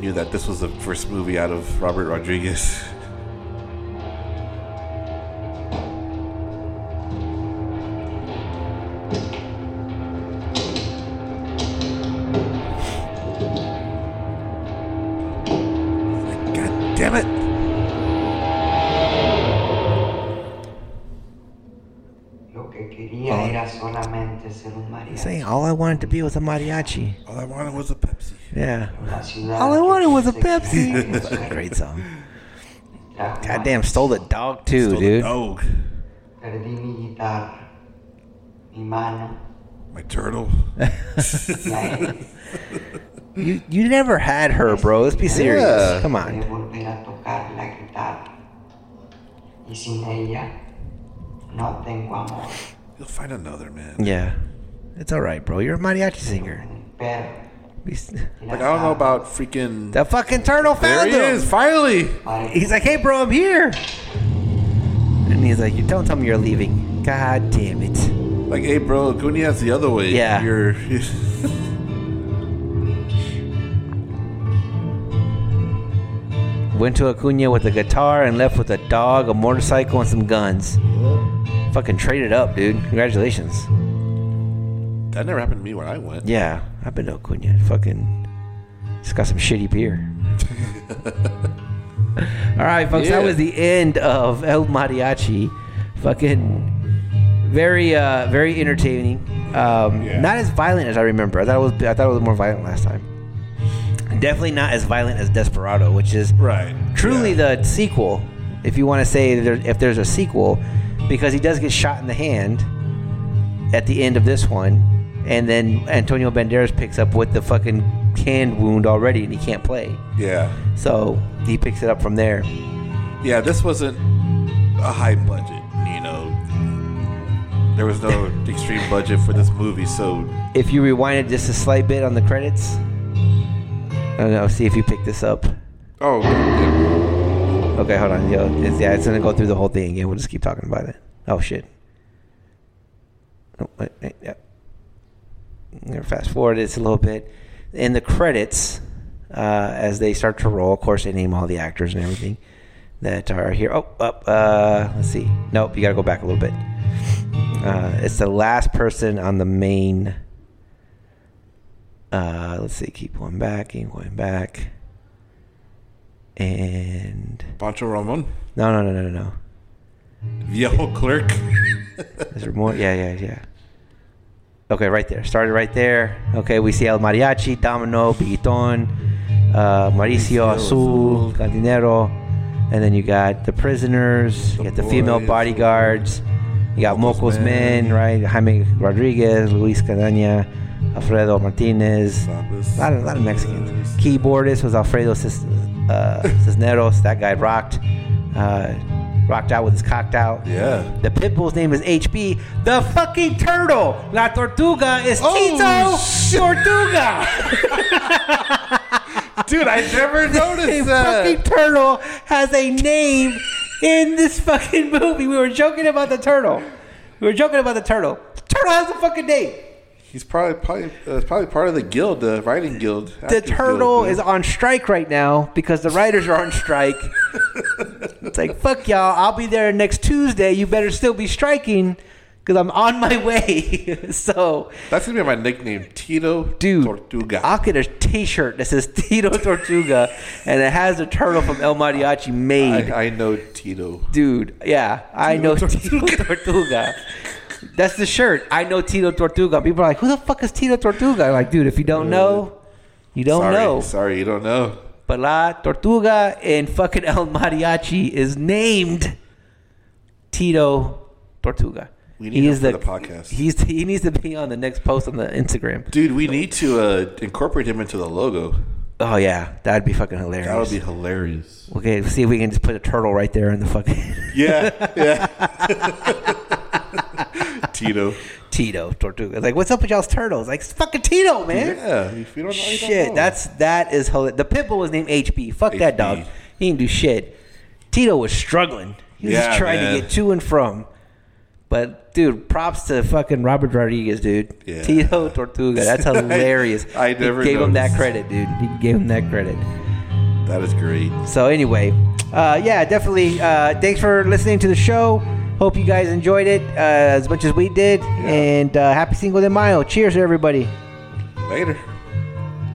Speaker 10: knew that this was the first movie out of Robert Rodriguez. God damn it!
Speaker 19: Lo que quería era solamente ser un mariachi.
Speaker 9: Saying all I wanted to be was a mariachi.
Speaker 10: All I wanted was a Pepsi.
Speaker 9: Yeah.
Speaker 19: ciudad
Speaker 9: All I wanted was a
Speaker 19: que pensé que
Speaker 9: Pepsi.
Speaker 19: era
Speaker 9: Fucking Great song.
Speaker 19: Trajo
Speaker 9: Goddamn, stole the dog too,
Speaker 10: Stole the
Speaker 9: dude.
Speaker 10: dog.
Speaker 19: Perdí mi guitarra, mi mano.
Speaker 10: My turtle.
Speaker 9: You you never had her, bro. Let's be serious.
Speaker 19: Yeah.
Speaker 9: Come on.
Speaker 19: volver a tocar la guitarra. Y sin ella, no tengo amor.
Speaker 10: You'll find another man.
Speaker 9: Yeah. It's all right, bro. You're a mariachi singer.
Speaker 19: Pero
Speaker 9: Be s-
Speaker 10: Like I don't know about freaking.
Speaker 9: The fucking turtle
Speaker 10: There
Speaker 9: found
Speaker 10: he
Speaker 9: him.
Speaker 10: is, finally.
Speaker 9: He's like, "Hey, bro, I'm here." And he's like, "You don't tell me you're leaving." God damn it.
Speaker 10: Like, hey, bro, Cunha's the other way.
Speaker 9: Yeah.
Speaker 10: You're.
Speaker 9: Went to Acuna with a guitar and left with a dog, a motorcycle, and some guns. Fucking traded up, dude. Congratulations.
Speaker 10: that never happened to me when I went.
Speaker 9: Yeah, I've been to Acuna. Fucking, it's got some shitty beer. All right, folks,
Speaker 10: Yeah.
Speaker 9: that was the end of El Mariachi. Fucking, very, uh, very entertaining. Um, Not as violent as I remember. I thought it was. I thought it was more violent last time. Definitely not as violent as Desperado, which is
Speaker 10: right.
Speaker 9: Truly, the sequel, if you want to say there, if there's a sequel, because he does get shot in the hand at the end of this one, and then Antonio Banderas picks up with the fucking hand wound already, and he can't play.
Speaker 10: Yeah.
Speaker 9: So he picks it up from there.
Speaker 10: Yeah, this wasn't a high budget, you know. There was no extreme budget for this movie, so
Speaker 9: If you rewind it just a slight bit on the credits, I don't know. See if you pick this up.
Speaker 10: Oh.
Speaker 9: Okay, hold on. Yo, it's, yeah, it's gonna go through the whole thing again. We'll just keep talking about it. Oh shit. Oh, wait, wait, yeah. I'm gonna fast forward this a little bit. In the credits, uh, as they start to roll, of course, they name all the actors and everything that are here. Oh, up. Uh, let's see. Nope, you gotta go back a little bit. Uh, it's the last person on the main. Uh, let's see. Keep going back. Keep going back. And
Speaker 10: Pancho Ramon,
Speaker 9: no, no, no, no, no, no.
Speaker 10: Viejo Clerk.
Speaker 9: Is there more? Yeah, yeah, yeah. Okay, right there. Started right there. Okay, we see El Mariachi, Domino, Biguiton, uh, Mauricio Azul, Cantinero, and then you got the prisoners, you got the female
Speaker 15: boys.
Speaker 9: bodyguards, you got Moco's men, right? Jaime Rodriguez, Luis Cadena, Alfredo Martinez, a lot of, lot of Mexicans. Keyboardist was Alfredo Cis, uh, Cisneros. That guy rocked, uh, rocked out with his cocked out.
Speaker 10: Yeah.
Speaker 9: The pit bull's name is HB. The fucking turtle, La Tortuga, is
Speaker 10: Oh,
Speaker 9: Tito Tortuga.
Speaker 10: Dude, I never
Speaker 9: the
Speaker 10: noticed that.
Speaker 9: fucking turtle has a name in this fucking movie. We were joking about the turtle. We were joking about the turtle. The turtle has a fucking name.
Speaker 10: He's probably probably uh, probably part of the guild, the writing guild.
Speaker 9: The
Speaker 10: actors
Speaker 9: turtle
Speaker 10: guild,
Speaker 9: is on strike right now because the writers are on strike. it's like fuck y'all. I'll be there next Tuesday. You better still be striking because I'm on my way. so
Speaker 10: that's gonna be my nickname, Tito
Speaker 9: Dude, Tortuga. I'll get a T-shirt that says Tito Tortuga, and it has a turtle from El Mariachi made.
Speaker 10: I, I know Tito.
Speaker 9: Dude, yeah, I know Tito Tortuga. That's the shirt. I know Tito Tortuga. People are like, "Who the fuck is Tito Tortuga?" I'm like, dude, if you don't know, you don't
Speaker 10: Uh, sorry,
Speaker 9: know.
Speaker 10: Sorry, you don't know.
Speaker 9: But La Tortuga in fucking El Mariachi is named Tito Tortuga.
Speaker 10: We need
Speaker 9: He
Speaker 10: him
Speaker 9: is
Speaker 10: for the podcast.
Speaker 9: He's he needs to be on the next post on the Instagram.
Speaker 10: Dude, we need to uh, incorporate him into the logo.
Speaker 9: Oh yeah, that'd be fucking hilarious.
Speaker 10: That would be hilarious.
Speaker 9: Okay, see if we can just put a turtle right there in the fucking.
Speaker 10: Yeah, yeah. Tito.
Speaker 9: Tito Tortuga. Like, what's up with y'all's turtles? Like, it's fucking Tito, man.
Speaker 10: Yeah, if you don't know, you don't
Speaker 9: shit,
Speaker 10: know.
Speaker 9: that's that is hilarious. The pit bull was named HB. Fuck that dog. He didn't do shit. Tito was struggling. He was
Speaker 10: Yeah,
Speaker 9: just trying
Speaker 10: man.
Speaker 9: to get to and from. But dude, props to fucking Robert Rodriguez, dude.
Speaker 10: Yeah.
Speaker 9: Tito Tortuga. That's hilarious.
Speaker 10: I never
Speaker 9: he gave him that
Speaker 10: noticed.
Speaker 9: credit, dude. He gave him that credit.
Speaker 10: That is great.
Speaker 9: So anyway, uh, yeah, definitely. Uh, thanks for listening to the show. Hope you guys enjoyed it uh, as much as we did. And uh, happy Cinco de Mayo. Cheers, everybody.
Speaker 10: Later.